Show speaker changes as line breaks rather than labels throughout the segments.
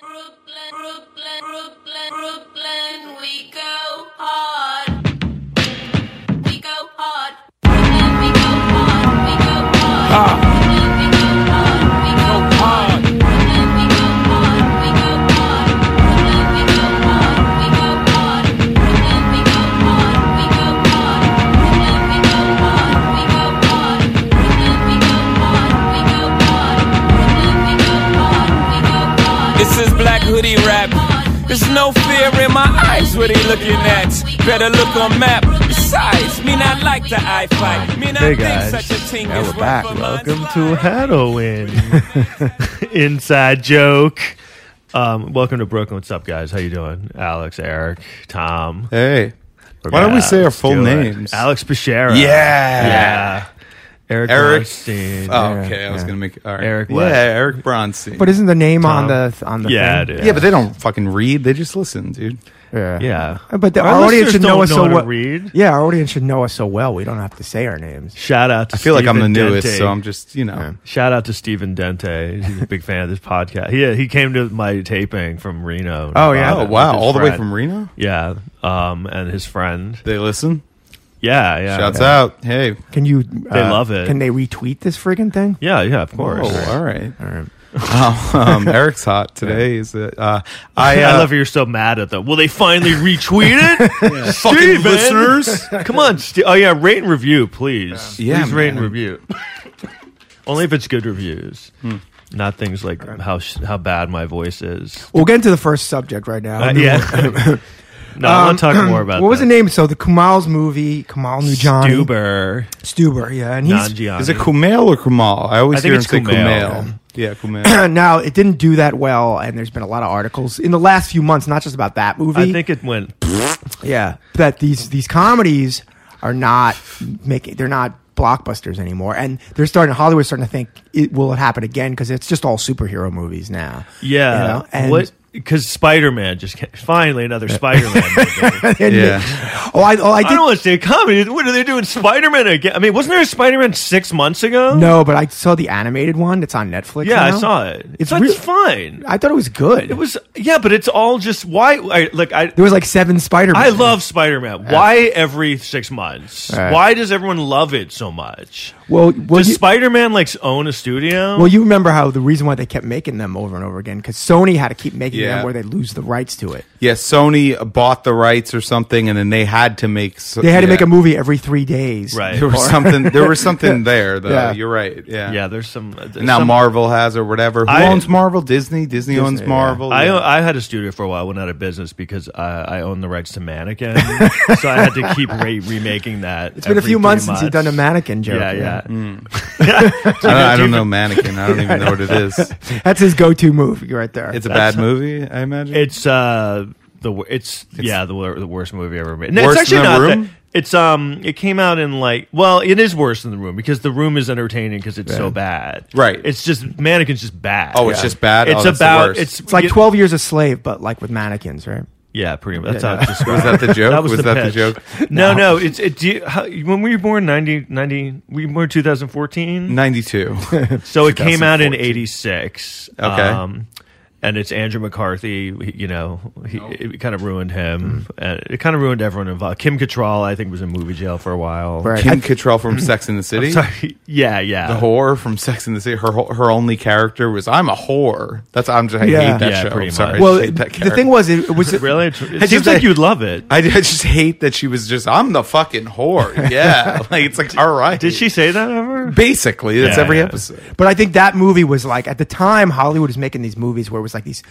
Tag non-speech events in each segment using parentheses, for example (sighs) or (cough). Brooklyn, Brooklyn, Brooklyn, Brooklyn, we go hard. We go hard. Brooklyn, we go hard. We go hard. Brooklyn, we go hard. We Ah. go hard. Brooklyn, we go hard. We go hard. Brooklyn, we go hard. We go hard. Brooklyn, we go hard. We go hard. Brooklyn, we go hard. We go hard. Brooklyn, we go hard. We go hard. Brooklyn, we go hard. We go hard.
This is Black Hoodie Rap. There's no fear in my eyes what he looking at. Better look on map. Besides, me not like the eye fight. Me not
Hey
think
guys,
such a thing
now
is
we're
right
back.
for mine's
Welcome
fly.
to Halloween. (laughs) Inside joke. Um, welcome to Brooklyn. What's up, guys? How you doing? Alex, Eric, Tom.
Hey,
We're
why don't we
back.
say our
Let's
full
do it.
names?
Alex Bechera.
Yeah.
Yeah. Eric.
Eric.
Bronstein.
Oh,
Yeah,
okay. I was
yeah.
gonna make all right.
Eric
Yeah,
what?
Eric Bronstein.
But isn't the name
Tom?
on the on the
Yeah,
thing?
dude.
yeah, but they don't fucking read. They just listen, dude.
yeah,
Yeah.
Uh, But the,
Our
our, audience
listeners
should know
don't
us
know
so
how to
well.
read.
Yeah, our audience should know us so well. We don't have to say our names.
Shout out to
I feel like I'm the
Stephen
newest,
Dente.
so I'm just you know.
Yeah.
Shout out to Stephen Dente. He's a big fan of this podcast. Yeah, he came to my taping from Reno.
Oh, yeah.
Nevada
Oh
with
wow,
his
all the way
friend.
from Reno.
Yeah, um, and his friend.
They listen.
Yeah, yeah.
Shouts
yeah.
out. Hey.
Can you? uh,
They love it.
Can they retweet this friggin' thing?
Yeah, yeah, of course.
Oh, all right.
All right.
(laughs) um, Eric's hot today. Is it? Uh, I,
I,
uh,
love how you're so mad at them. Will they
(laughs)
finally retweet it?
fucking
Steven!
listeners.
Come on. Ste oh, yeah. Rate and review, please.
Yeah.
please
Yeah,
rate and
man.
review. Only if it's good reviews.
Hmm.
Not things like how sh- how bad my voice is.
We'll get into the first subject right now.
Uh, yeah. (laughs) Um, no, I want to (clears throat) talk more about
What was
that.
the name? So the Kumal's movie, Kamal Nujani,
Stuber.
Stuber, yeah, and he's
Nanjiani.
Is it Kumail or Kumal? I always
I think
hear him
it's
say
Kumail.
Kumail. Yeah, Kumail.
now it didn't do that well, and there's been a lot of articles in the last few months, not just about that movie.
I think it went.
Yeah, that these these comedies are not making they're not blockbusters anymore, and they're starting Hollywood's starting to think it will it happen again because it's just all superhero movies now.
Yeah.
you know? and
what? Because Spider Man just came, finally another Spider (laughs) Man.
and-
Yeah.
Oh, I oh I
I
did
don't want to say comedy. What are they doing? Spider Man again? I mean, wasn't there a Spider Man six months ago?
no, but I saw the animated one that's on Netflix.
Yeah, I
now.
saw it. It's
It's
that's
real-
fine.
I thought it was good.
It was yeah, but it's all just why? I, look, I
there was like seven Spider.
I love Spider Man. Why every six months?
Yeah.
Why does everyone love it so much?
well, well,
Does
you,
Spider Man like own a studio?
well, you remember how the reason why they kept making them over and over again because Sony had to keep making
Yeah.
them where they lose the rights to it.
Yeah, Sony bought the rights or something, and then they had to make. So,
They had to
yeah.
make a movie every three days.
Right.
There was something. There was
(laughs)
something there, though.
Yeah.
You're right. Yeah.
yeah, there's some. There's
Now
some-
Marvel has or whatever. Who
I-
owns Marvel? Disney. Disney, owns
yeah.
Marvel.
I,
yeah.
(laughs) I had a studio for a while, went out of business because I, I own the rights to
(laughs)
Mannequin, so I had to keep re- remaking that.
It's been a few months since you've done a mannequin joke. Mm.
Yeah, yeah.
I don't, I don't know mannequin. I don't even know what
(laughs)
it is.
(laughs) That's his go-to movie right there.
It's a bad movie, I imagine.
It's uh the wor- it's, yeah the wor- the worst movie ever made. No,
Worse
it's actually
than The
not
Room?
that- It's um it came out in like well it is worse than the room because the room is entertaining because it's so bad.
Right.
It's just mannequins just bad.
Oh, it's just bad? Oh,
It's
that's the
about
worst.
it's
It's like
you-
12 years a slave, but like with mannequins, right?
Yeah, pretty much. That's
Yeah,
how it's
(laughs)
described.
was that the joke?
(laughs) That was, the,
that the
pitch.
joke?
No, no. It's it. Do you, how, when were you born? 90, 90 Were you born two thousand fourteen? (laughs)
Ninety-two.
So it came out in
2014.
eighty six.
Okay.
and it's Andrew McCarthy. he- You know, he, it kind of ruined him.
Hmm.
And it kind of ruined everyone involved. Kim Cattrall, I think, was in movie jail for a while.
Right.
Kim
(clears throat)
Cattrall from Sex and the City.
Sorry. (laughs) Yeah, yeah.
The whore from Sex and the City. Her whole- her only character was I'm a whore. That's I'm just I
Yeah.
hate that
Yeah,
show.
pretty
I'm sorry.
much.
I
well,
just hate that
the thing
character.
was, it, was it,
(laughs)
(laughs)
really? It
I
seems
just-
like you'd love it.
I, I just hate that she was just I'm the fucking
(laughs)
whore. Yeah, like it's like all right.
Did she say that ever?
Basically, that's
Yeah,
every
yeah.
(laughs)
episode.
But I think that movie was like at the time Hollywood was making these movies where it was like these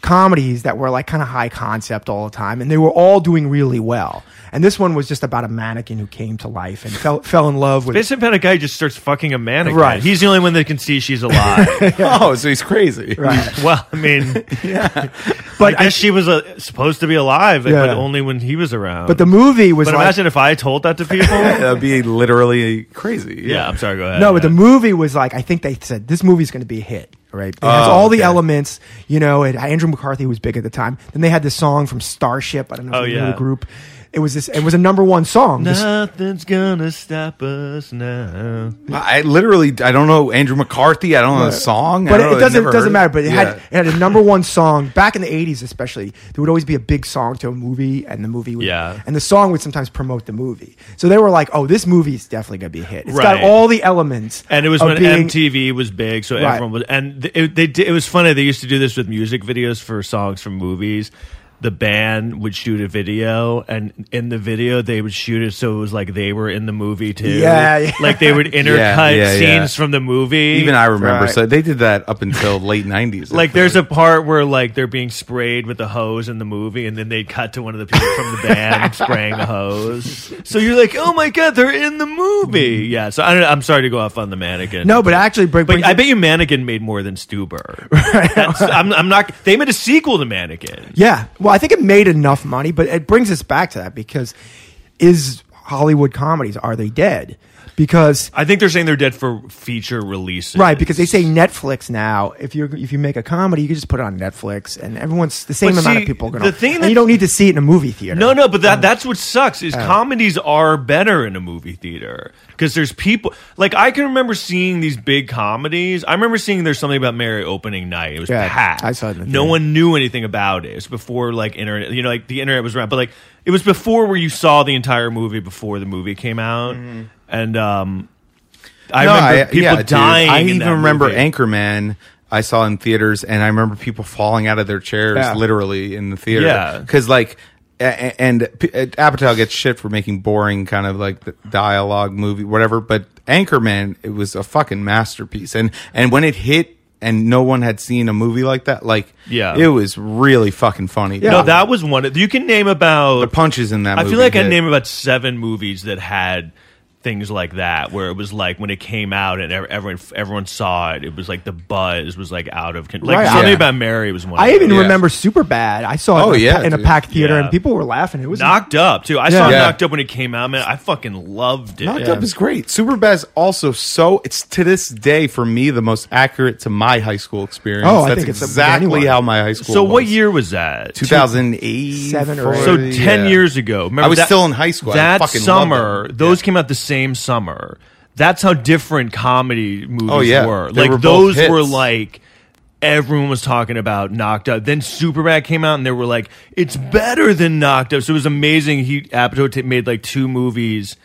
comedies that were like kind of high concept all the time, and they were all doing really well. And this one was just about a mannequin who came to life and fell fell in love with.
Basically, about a guy who just starts fucking a mannequin.
Right.
He's the only one that can see she's
(laughs)
alive.
Oh, so he's crazy.
Right.
well, I mean,
But
I guess she was uh, supposed to be alive, but
Yeah.
only when he was around.
but the movie was
But
like,
imagine if I told that to people.
(laughs)
yeah,
That'd be literally crazy. Yeah.
I'm sorry. Go ahead.
No, but
Yeah.
the movie was like I think they said this movie's going to be a hit, right? It has
Oh,
all the
okay.
elements, you know. And Andrew McCarthy was big at the time. Then they had this song from Starship. I don't know if
Oh,
you know
yeah.
the group. It was this. It was a number one song. This-
Nothing's gonna stop us now.
I literally I don't know Andrew McCarthy. I don't know the song. I
but
don't
it,
know,
it
I've
doesn't
never heard
doesn't
it.
matter. But it had
Yeah.
it had a number one song back in the '80s, especially. There would always be a big song to a movie, and the movie would
Yeah.
and the song would sometimes promote the movie. So they were like, "Oh, this movie is definitely gonna be a hit. It's got
Right.
all the elements."
And it was
of
when
being-
MTV was big, so
Right.
everyone was. And th- it, they did, it was funny. They used to do this with music videos for songs from movies. The band would shoot a video, and in the video they would shoot it so it was like they were in the movie too.
Yeah, yeah.
like they would intercut
yeah,
scenes
yeah.
from the movie.
Even I remember.
Right.
So they did that up until late nineties.
like there's a part where like they're being sprayed with the hose in the movie and then they'd cut to one of the people from the (laughs) band spraying the hose so you're like oh my god they're in the movie yeah so i don't know i'm sorry to go off on the mannequin
No, but actually, br-
but
brings
i
it-
bet you mannequin made more than (laughs) stuber That's- I'm, I'm not they made a sequel to mannequin
Yeah. Well, I think it made enough money, but it brings us back to that because is Hollywood comedies are they dead? Because
i think they're saying they're dead for feature releases
right, because they say Netflix now. If you if you make a comedy, you can just put it on Netflix, and everyone's the same
But
amount
see,
of people. are Gonna,
the thing
and
that-
you don't need to see it in a movie theater.
No, no, but that that's what sucks is comedies are better in a movie theater because there's people like I can remember seeing these big comedies. I remember seeing there's something about Mary opening night. It was
Yeah,
packed.
I saw it in the
no
theater.
one knew anything about it. It was before like internet. You know, like the internet was around, but like it was before where you saw the entire movie before the movie came out, and um, I
No,
remember people
yeah, dude.
dying.
I
in
even
that
remember
movie.
Anchorman. I saw in theaters, and I remember people falling out of their chairs
Yeah.
literally in the theater.
Yeah.
because like, a- a- and P- uh, Apatow gets shit for making boring kind of like the dialogue movie, whatever. But Anchorman, it was a fucking masterpiece, and and when it hit. And no one had seen a movie like that. Like,
Yeah.
it was really fucking funny.
No, that was one. of- You can name about
the punches in that.
I
movie
feel like I
hit.
name about seven movies that had things like that, where it was like when it came out and ev- everyone everyone saw it, it was like the buzz was like out of control. Like
Right.
something
Yeah.
about Mary was one. of
I even
Yeah.
remember Superbad. I saw it
Oh,
in, a,
yeah,
pa- in a
dude.
packed theater,
Yeah.
and people were laughing. It was
knocked up too. I saw
Yeah.
Yeah.
knocked up when it came out. Man, I fucking loved it.
Knocked Up is great. Superbad's also so it's to this day for me the most accurate to my high school experience.
Oh, I
That's
think it's with
exactly
anyone.
how my high school.
So what
was.
year was that?
2008,
Seven or eight.
So
Yeah.
ten years ago, remember
I was
that-
still in high school. I
That
fucking loved
summer,
it.
those
Yeah.
came out the same summer. That's how different comedy movies
Oh, yeah.
were.
They
like
were both
those were
hits.
like everyone was talking about Knocked Up. Then Superbad came out, and they were like, "It's better than Knocked Up." So it was amazing. He Apatow t- made like two movies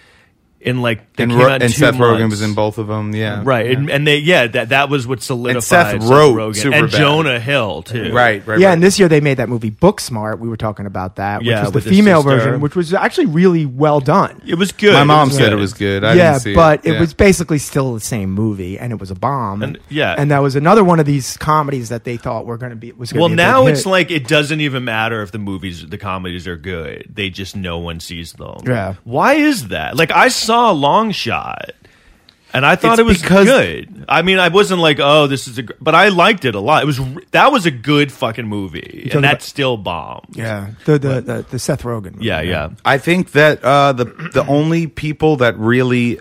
in like they
and,
came
Ro-
out in
and
two
Seth Rogen
months.
was in both of them. Yeah,
Right, and, and they yeah that that was what solidified
wrote
Rogen and
Superbad.
Jonah Hill too.
right, right.
yeah,
right.
and this year they made that movie Booksmart. We were talking about that, which
Yeah,
was the
with his
female
sister.
version, which was actually really well done.
it was good.
my mom
was
said
good.
it was good. I
yeah,
didn't see
but
it, Yeah.
was basically still the same movie, and it was a bomb.
And- yeah.
and that was another one of these comedies that they thought were going to be was. Gonna
Well,
be a big
now it's
hit.
like it doesn't even matter if the movies, the comedies are good. They just no one sees them.
Yeah.
Why is that? Like I saw Long Shot, and I thought
It's
it was
because-
good. I mean, I wasn't like, oh, this is a, gr-, but I liked it a lot. It was r- that was a good fucking movie,
talking
and that
about-
still bombed.
yeah, the the, the, the Seth Rogen. Movie,
yeah,
right?
yeah.
I think that uh, the the only people that really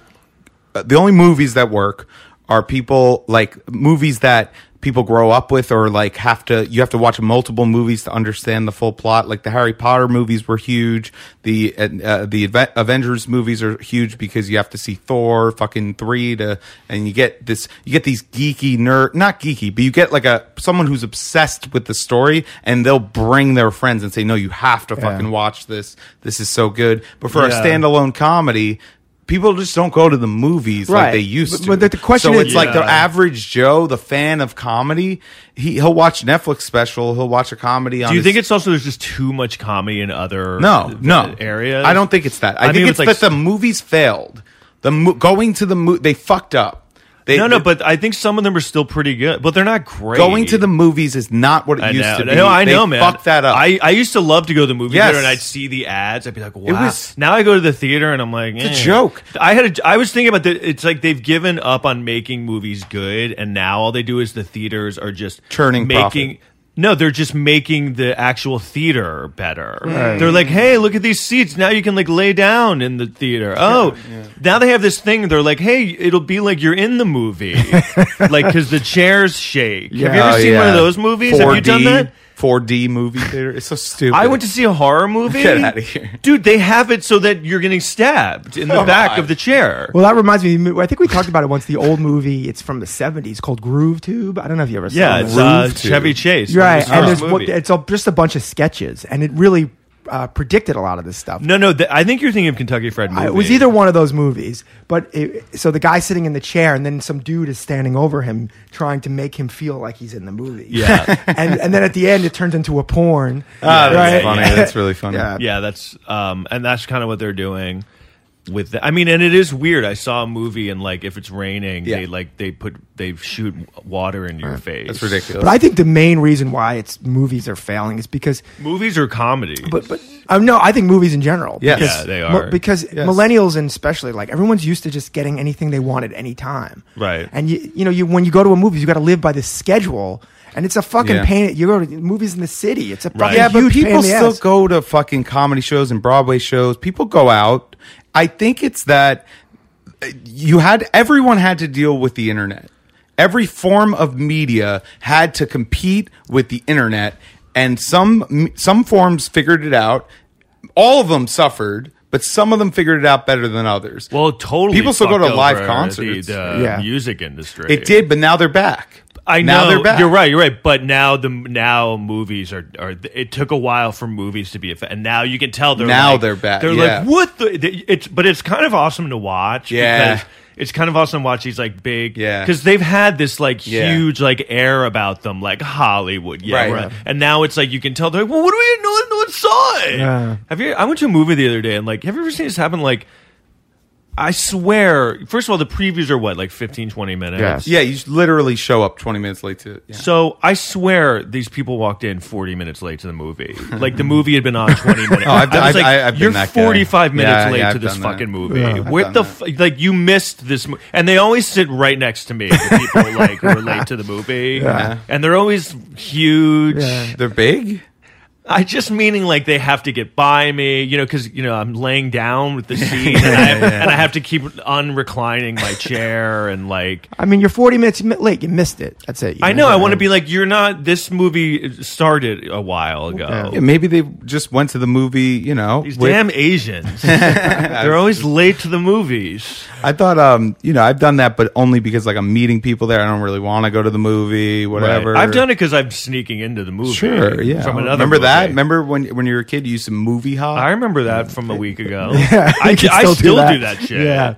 uh, the only movies that work are people like movies that people grow up with or like have to you have to watch multiple movies to understand the full plot like the Harry Potter movies were huge the uh, the Aven- Avengers movies are huge because you have to see Thor fucking 3 to and you get this you get these geeky nerd not geeky but you get like a someone who's obsessed with the story and they'll bring their friends and say no you have to fucking watch this this is so good but for
Yeah.
a standalone comedy people just don't go to the movies like
Right.
they used to.
But- but the question
so
is-
it's like the
Yeah.
average Joe, the fan of comedy, he he'll watch Netflix special, he'll watch a comedy. on
Do you
his-
think it's also there's just too much comedy in other
no, no
areas?
I don't think it's that. I,
mean,
think
it's
it's
like-
that the movies failed. The mo- going to the mo- they fucked up. They,
No, no,
they-
but I think some of them are still pretty good, but they're not great.
going to the movies is not what it
I
used
know.
to be.
No, I
They
know, man.
Fucked that up.
I, I used to love to go to the movie
Yes.
theater and I'd see the ads. I'd be like, wow.
was-
now I go to the theater and I'm like,
a
eh.
joke.
I had. A, I was thinking about the. It's like they've given up on making movies good, and now all they do is the theaters are just
Churning
making.
profit.
No, they're just making the actual theater better. They're like, "Hey, look at these seats. Now you can like lay down in the theater." Oh, now they have this thing. They're like, "Hey, it'll be like you're in the
(laughs)
movie." like cuz the chairs shake. Have you ever
Oh,
seen one of
yeah.
those movies? Have you done
4D.
that?
4D movie theater. It's so stupid.
I went to see a horror movie.
Get outta here.
(laughs)
Oh
dude. They have it so that you're getting stabbed in the
Come
back
on.
of the chair.
Well, that reminds me. I think we talked about it once. The old movie. It's from the '70s called Groove Tube. I don't know if you ever saw
yeah,
it.
it's uh,
Groove Tube.
Chevy Chase.
You're right.
From
And
this
there's what,
movie.
it's all, just a bunch of sketches, and it really uh, predicted a lot of this stuff.
no, no. Th- I think you're thinking of Kentucky Fried Movie.
I- it was either one of those movies, but it, so the guy's sitting in the chair, and then some dude is standing over him, trying to make him feel like he's in the movie.
Yeah.
(laughs) and and then at the end, it turns into a porn.
Ah, that's
Right.
funny. (laughs)
(laughs)
That's really funny.
Yeah.
yeah that's um and that's kind of what they're doing with the, i mean and it is weird i saw a movie and like if it's raining
Yeah.
they like they put they shoot water into your face
That's ridiculous.
But I think the main reason why it's movies are failing is because,
movies or comedy
but but um, no, I think movies in general.
Yes.
because-
Yeah, they
mo-
are.
because
Yes.
millennials and especially like everyone's used to just getting anything they want at any time.
Right.
And you you know you when you go to a movie, you got to live by the schedule, and it's a fucking
Yeah.
pain. You go to movies in the city, it's a fucking
Right.
yeah,
huge
but
pain in
people
the
still
ass.
go to fucking comedy shows and Broadway shows. People go out. I think it's that uh, you had everyone had to deal with the internet. Every form of media had to compete with the internet, and some some forms figured it out. All of them suffered, but some of them figured it out better than others.
well totally
People still go
fucked
to live
over
concerts.
the, the
Yeah.
music industry
it did, but now they're back.
I know
now they're back.
You're right. You're right. But now the now movies are are. It took a while for movies to be a fa- and now you can tell they're
Now
like-
they're back,
They're
yeah.
like what the they- it's. But it's kind of awesome to watch.
Yeah.
Because it's kind of awesome to watch these like big,
Yeah.
Because they've had this like
Yeah.
huge like air about them, like Hollywood, yeah.
Right.
we're- And now it's like you can tell they're like, well, what do we? No one, no one saw it.
Yeah.
Have you? I went to a movie the other day and like, have you ever seen this happen? Like, I swear. First of all, the previews are what like 15, 20 minutes.
Yes.
Yeah, you literally show up 20 minutes late to. Yeah.
So I swear these people walked in 40 minutes late to the movie. Like the movie had been on 20
(laughs)
minutes.
Oh, I've
I
done-
was like,
I- I've been
you're
that guy.
45 minutes
Yeah,
late
yeah,
to
I've
this
done that.
fucking movie.
Yeah. I've
Where
done
the f- like you missed this mo- and they always sit right next to me. The
(laughs)
people like who are late to the movie.
Yeah.
And they're always huge.
Yeah.
They're big.
I just meaning like they have to get by me, you know, because you know I'm laying down with the seat,
(laughs)
and, I, and I have to keep unreclining my chair, and like
I mean, you're 40 minutes mi- late. You missed it. That's it. You
I know I want to be like you're not. This movie started a while ago.
Yeah, Oh. maybe they just went to the movie, you know.
These
with-
damn
(laughs)
Asians. They're always late to the movies.
I thought, um, you know, I've done that, but only because like I'm meeting people there. I don't really want to go to the movie, whatever.
I've done it because I'm sneaking into the movie.
Sure, yeah.
From another
remember that?
movie.
Remember when when you were a kid, you used to movie hop?
I remember that from a week ago.
(laughs)
You
I,
can
I
still
still,
do
do,
that.
that. shit.
Yeah.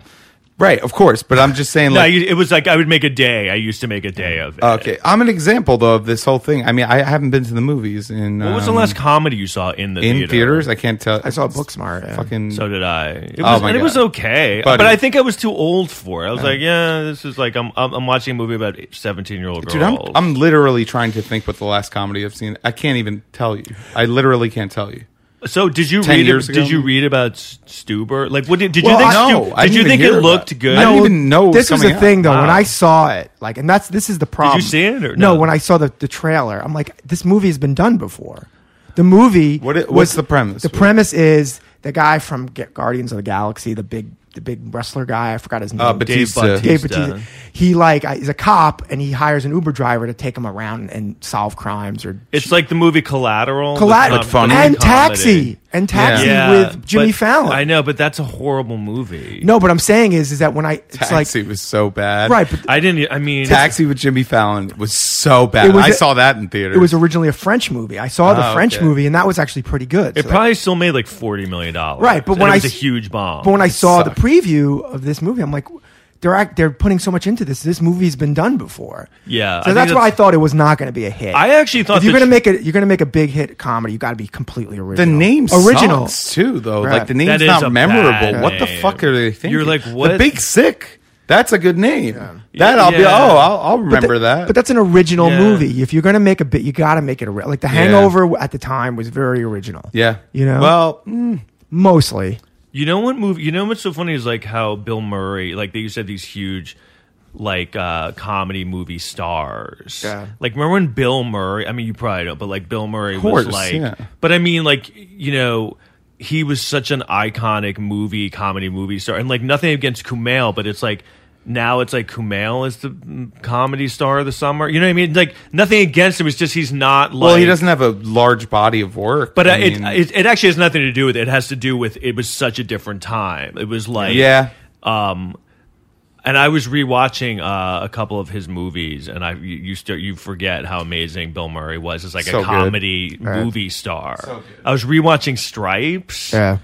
right, of course. But I'm just saying,
No,
like,
you- it was like I would make a day. I used to make a day of it.
okay, I'm an example though of this whole thing. I mean, I haven't been to the movies in.
What was the
um,
last comedy you saw in the
in
theater?
theaters? I can't tell.
I saw Booksmart. Yeah.
fucking.
So did I. It
Oh
was,
my
and it was
God.
okay,
Buddy.
but I think I was too old for it. I was like, yeah, this is like I'm I'm, I'm watching a movie about seventeen year old girls.
Dude, I'm, I'm literally trying to think what the last comedy I've seen. I can't even tell you. I literally can't tell you.
So did you
10
read?
years
did
ago?
you read about S- Stuber? Like, what did, did
Well,
you think?
I-
Stu-
No, I
did
didn't
you
even
think it
hear about
looked
it.
good?
I didn't
No,
even know it was
This was
coming
the
out.
thing, though. When
Wow.
I saw it, like, and that's this is the problem.
see it or
no?
no?
When I saw the, the trailer, I'm like, this movie has been done before. The movie.
What i- what's
was-
the premise?
The premise is the guy from Ga- Guardians of the Galaxy, the big the big wrestler guy. I forgot his name.
Uh,
Dave
Batista.
Bautista.
Dave Bautista. He like uh, he's a cop, and he hires an Uber driver to take him around and solve crimes or
It's like the movie Collateral,
Collat-
the com- the
and
comedy.
Taxi and Taxi
Yeah,
with Jimmy
but-
Fallon.
I know, but that's a horrible movie.
No, but I'm saying is is that when I it's
Taxi was so bad.
like right, but
I didn't. e, I mean,
Taxi with Jimmy Fallon was so bad.
It was
I
a-
saw that in theaters.
It was originally a French movie. I saw the
Oh,
French
okay.
movie, and that was actually pretty good.
it
So that-
probably still made like forty million dollars.
Right, but
And
when
it
I
was a
s-
huge bomb.
but when I saw the
sucked.
preview of this movie, I'm like, they're act, they're putting so much into this. This movie's been done before.
Yeah, I
so
think
that's, why I
that's-
thought it was not going to be a hit.
I actually thought
if you're
the
going to
tr-
make it, you're going to make a big hit comedy. You got to be completely
the
original.
name
original.
sucks, too, though.
Right.
Like the
That
name's
is
not
a
memorable.
bad
What the
name.
fuck are they thinking?
You're like,
The
what?
Big Sick. That's a good name. That I'll be. Oh,
Yeah.
I'll, I'll
But
remember
that-
that.
But that's an original
Yeah.
movie. If you're going to make a bit, you got to make it original. Like The Hangover at the time was very original.
yeah.
You know?
Well, mm,
mostly.
You know what movie? You know what's so funny is like how Bill Murray, like they used to have these huge, like uh comedy movie stars.
Yeah.
Like remember when Bill Murray? I mean, you probably don't, but like Bill Murray
course,
was like.
yeah.
But I mean, like you know. He was such an iconic movie, comedy movie star, and like nothing against Kumail, but it's like now it's like Kumail is the mm, comedy star of the summer. You know what I mean? Like nothing against him. It's just he's not like.
Well, he doesn't have a large body of work.
But uh,
I
it,
mean,
it it actually has nothing to do with it. It has to do with it was such a different time. It was like
yeah.
um, and I was rewatching uh, a couple of his movies, and I you you, start, you forget how amazing Bill Murray was as like
So
a
good.
comedy movie star. I was rewatching Stripes.
Yeah.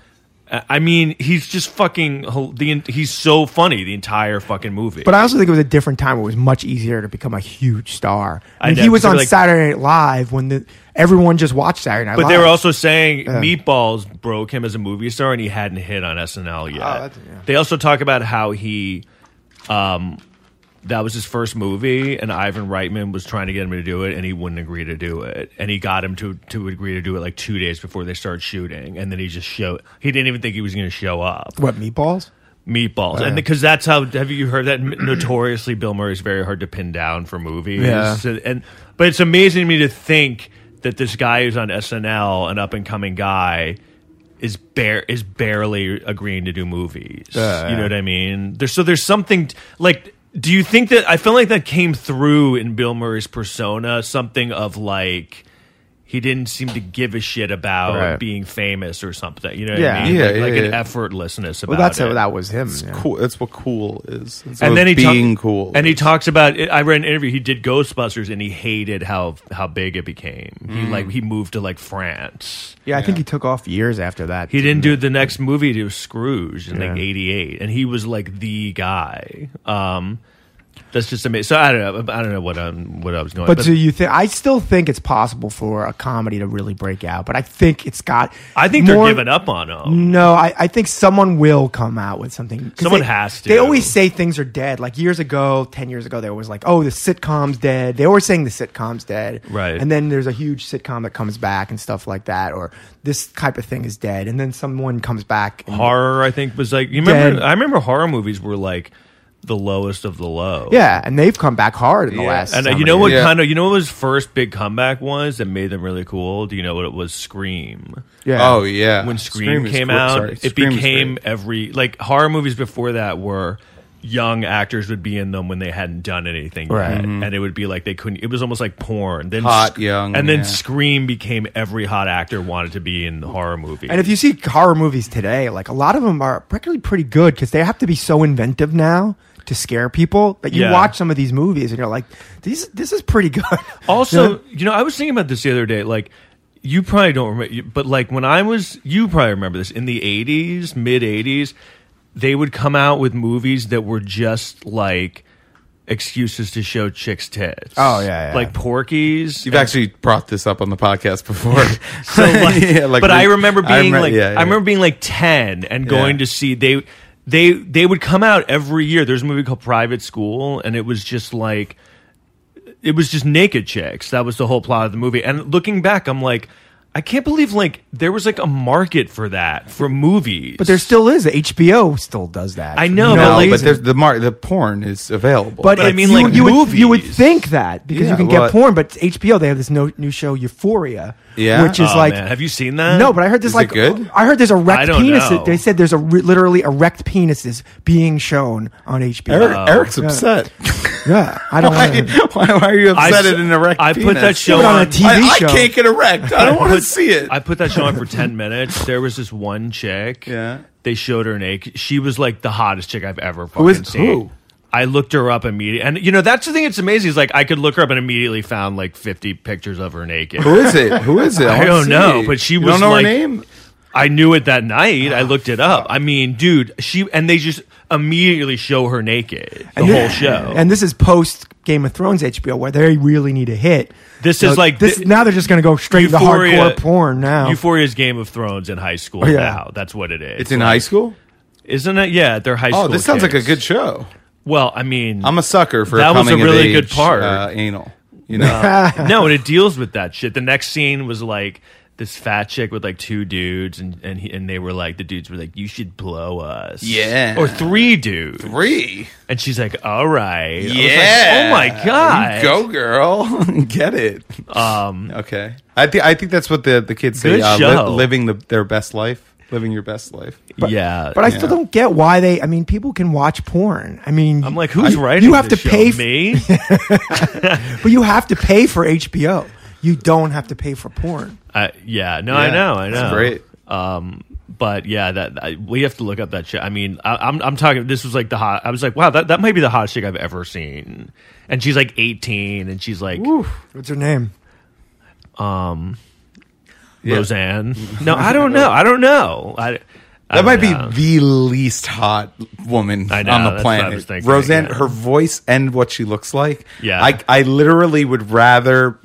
I I mean, he's just fucking hel- the en- he's so funny the entire fucking movie.
But I also think it was a different time. It was much easier to become a huge star.
I
I mean,
know,
he was
because
on
they're like-
Saturday Night Live when the, everyone just watched Saturday Night
But
Live.
they were also saying Meatballs broke him as a movie star, and he hadn't hit on SNL yet.
Oh, that's- yeah.
They also talk about how he, um, that was his first movie, and Ivan Reitman was trying to get him to do it, and he wouldn't agree to do it, and he got him to to agree to do it like two days before they started shooting, and then he just showed he didn't even think he was going to show up.
what meatballs?
Meatballs, and because that's how have you heard that notoriously Bill Murray is very hard to pin down for movies.
Yeah.
So- and but it's amazing to me to think that this guy who's on SNL, an up and coming guy, is bare is barely agreeing to do movies. you know what I mean? There's so there's something t- like. Do you think that I feel like that came through in Bill Murray's persona? Something of like he didn't seem to give a shit about
Right.
being famous or something. You know what
Yeah.
I mean?
Yeah,
like,
yeah,
like an
yeah.
effortlessness about
Well, that's
it
how that was him. yeah.
cool. That's what cool is. It's
and
what
then he talk-
being cool.
And he talks about. I read an interview. He did Ghostbusters, and he hated how how big it became. He
Mm.
like he moved to like France.
Yeah, I think he took off years after that.
He didn't do the next movie to Scrooge in like
Yeah.
'88, and he was like the guy. Um, that's just amazing. So I don't know. I don't know what um, what I was going.
But do you think? I still think it's possible for a comedy to really break out. But I think it's got.
I think
more- Mm.
they're giving up on him.
No, I, I think someone will come out with something. 'Cause
Someone
they-
has to.
They always say things are dead. Like years ago, ten years ago, they were always like, "Oh, the sitcom's dead." They always saying the sitcom's dead,
Right.
And then there's a huge sitcom that comes back and stuff like that, or this type of thing is dead, and then someone comes back. And,
Horror, I think, was like you remember.
Dead.
I remember horror movies were like the lowest of the low.
yeah, and they've come back hard in the last.
And uh,
how
you
many
know what
years.
Yeah.
kind of you know what his first big comeback was that made them really cool. Do you know what it was? Scream.
Yeah.
Oh yeah.
When Scream,
is
came
great.
out,
Sorry,
it
Scream is
became
great.
every like horror movies before that were young actors would be in them when they hadn't done anything
Right.
yet, and it would be like they couldn't. It was almost like porn. Then
Mm-hmm. Hot,
Sc-
young,
and then
yeah.
Scream became every hot actor wanted to be in the horror movie.
And if you see horror movies today, like a lot of them are actually pretty good because they have to be so inventive now to scare people that you
Yeah.
watch some of these movies and you're like, "This this is pretty good." (laughs)
Also,
You know?
you know, I was thinking about this the other day. Like, you probably don't remember, but like when I was, you probably remember this in the '80s, mid '80s, they would come out with movies that were just like excuses to show chicks' tits.
Oh, yeah, yeah.
like Porky's.
You've actually brought this up on the podcast before.
(laughs)
(laughs)
So like,
Yeah, like
but
we-
I remember being
remem-
like,
yeah, yeah.
I remember being like ten and going
Yeah.
to see they they they would come out every year. There's a movie called Private School, and it was just like it was just naked chicks. That was the whole plot of the movie. And looking back, I'm like, I can't believe like there was like a market for that for movies.
but there still is HBO still does that.
I
for
know,
no,
like-
but there's the mar- the porn is available.
But,
But I
it-
mean,
you,
like,
you would, you would
movies.
think that because
Yeah,
you can
well,
get porn, but HBO they have this no, new show Euphoria,
Yeah?
which is
Oh,
like,
man. have you seen that?
no, but I heard this
Is it
like
good?
I heard there's
I
erect
don't
penises.
know.
They said there's a re- literally erect penises being shown on
(laughs)
HBO.
Eric,
uh, (laughs)
Eric's upset.
Yeah, I
(laughs)
don't.
why,
wanna-
why, why are you
I
upset
s-
at an erect?
I put
penis?
that show
Put it on a
on
TV
I, I
show.
can't get erect. (laughs) I (laughs) don't want to see it.
I put that show on for 10 minutes. There was this one chick.
Yeah.
They showed her naked. She was like the hottest chick I've ever fucking
is-
seen.
who?
I looked her up immediately. And, you know, that's the thing that's amazing is like I could look her up and immediately found like 50 pictures of her naked.
Who is it? Who is it?
I
wanna
don't
see.
know, but she
You
was
don't know
like-
her name.
I knew it that night. I looked it up. I mean, dude, she, and they just immediately show her naked (laughs) the
And thi-
whole show.
And this is post Game of Thrones HBO where they really need a hit.
This
So
is like
this.
thi-
now they're just going to go straight to hardcore porn now.
Euphoria's Game of Thrones in high school
yeah.
now. That's what it is.
Oh, It's in high school.
Isn't it? Yeah, they're high school.
Oh, this sounds like a
kids.
good show.
Well, I mean,
I'm a sucker for
That was a
coming of
really
age,
good part.
Uh, anal, you know.
(laughs) no, and it deals with that shit. The next scene was like this fat chick with like two dudes, and and he, and they were like the dudes were like, "You should blow us,"
Yeah.
or three dudes,
Three.
and she's like, "All right, I was like,
Yeah.
oh my god,
Go, girl. (laughs) Get it.
Um,
Okay. I think I think that's what the the kids say.
Good
Uh,
show.
living the, their best life. living your best life.
yeah,
But I
Yeah.
still don't get why they. I mean, people can watch porn. I mean,
I'm like, who's
I-
writing?
You have
this
to
show?
pay. f- (laughs)
me.
but you have to pay for HBO. You don't have to pay for porn.
I, yeah, no,
Yeah,
I know, I know.
that's great.
Um, but yeah, that I, we have to look up that shit. I mean, I, I'm I'm talking. This was like the hot. I was like, wow, that, that might be the hottest chick I've ever seen. And she's like 18, and she's like
What's her name?
Yeah. (laughs)
Roseanne. No, I don't know. I don't know. I, I
That
don't
might
know.
be the least hot woman
I know,
on
that's what
the
I
planet.
was thinking,
Roseanne,
yeah.
her voice and what she looks like.
Yeah.
I, I literally would rather.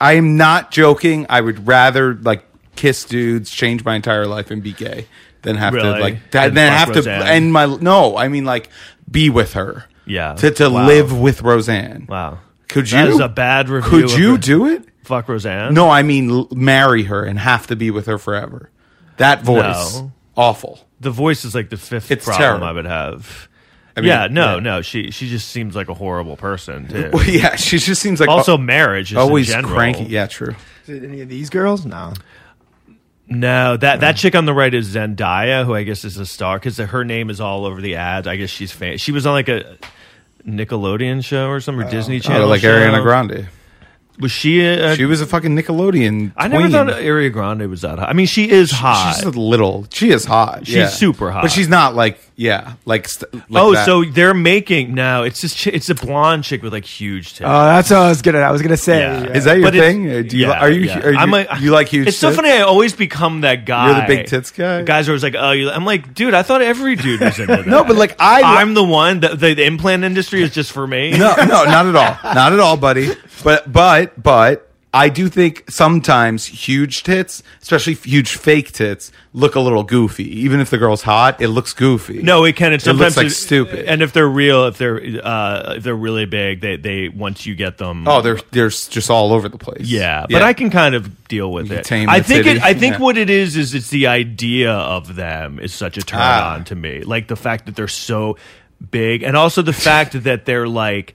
I am not joking. I would rather like kiss dudes, change my entire life, and be gay than have to
Really?
like that.
And
Then
fuck
have
Roseanne.
to end my. No, I mean like be with her.
Yeah.
To to
Wow.
live with Roseanne.
Wow.
Could you?
That is a bad review.
Could
of
you
her-
do it?
fuck Roseanne?
No, I mean l- marry her and have to be with her forever. That voice,
No.
awful.
the voice is like the fifth
It's
problem
terrible.
I would have.
mean,
yeah, no,
yeah.
no. She she just seems like a horrible person too.
(laughs) Well, yeah, she just seems like
also, marriage is
always
in general.
cranky. Yeah, true.
Is it any of these girls? No.
No, that that chick on the right is Zendaya, who I guess is a star because her name is all over the ads. I guess she's famous. She was on like a Nickelodeon show or some or Disney Channel,
Oh. like
show.
Ariana Grande.
Was she? A,
She was a fucking Nickelodeon.
I never
queen.
thought Ariana Grande was that hot. I mean, she is hot.
She's a little. She is hot.
She's
yeah.
super hot.
but she's not like yeah, like, st- like
oh,
that.
so they're making no. It's this. Chi- it's a blonde chick with like huge tits.
Oh, that's what I was gonna. I was gonna say.
Yeah.
is that your
But it's-
thing? Uh, Do you
yeah,
are you
yeah.
are you,
I'm like-
you like huge?
It's so
tits?
funny. I always become that guy.
You're the big tits guy?
Guys are always like, "Oh, you." I'm like, dude. I thought every dude was into that.
(laughs) No, but like I
I'm the one. The, the, the implant industry is just for me.
(laughs) no, no, not at all. Not at all, buddy. But but but I do think sometimes huge tits, especially huge fake tits, look a little goofy. Even if the girl's hot, it looks goofy.
No, it can. It's
It looks
sometimes
like stupid.
And if they're real, if they're uh, if they're really big, they they once you get them.
Oh, they're they're s- just all over the place.
yeah, but I can kind of deal with it.
tame
I
the
think
titty.
it, I think
Yeah.
what it is is it's the idea of them is such a turn
Ah.
on to me. Like the fact that they're so big, and also the fact (laughs) that they're like.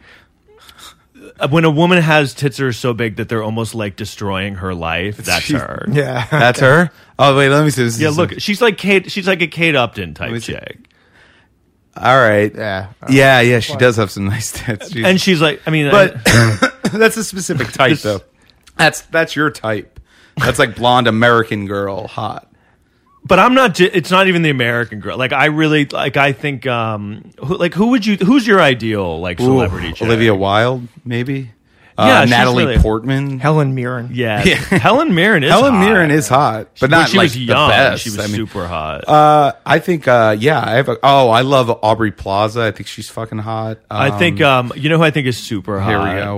When a woman has tits that are so big that they're almost like destroying her life, that's
Jeez.
her.
Yeah.
That's her. Oh wait, let me see. This
Yeah,
is-
look, she's like Kate. She's like a Kate Upton
me
type
see.
chick,
All right.
Yeah.
Yeah, yeah. She does have some nice tits. She's-
and she's like, I mean,
but
I-
(coughs) that's a specific
(coughs)
type
This-
though. That's that's your type. That's like blonde American girl, hot.
(laughs) but I'm not. ju- It's not even the American girl. Like I really like. I think. Um. Who, like who would you? Who's your ideal like
Ooh,
celebrity? chick?
Olivia Wilde, maybe.
Yeah,
uh,
she's
Natalie
really-
Portman.
(laughs) Helen Mirren.
Yeah. (laughs) Helen Mirren is.
Helen
hot.
Mirren is hot, but
When
not
she
like
was young.
the best.
She was
I mean,
super hot.
Uh, I think. Uh, yeah, I have. A, oh, I love Aubrey Plaza. I think she's fucking hot.
I think. Um. You know who I think is super hot.
Here we go.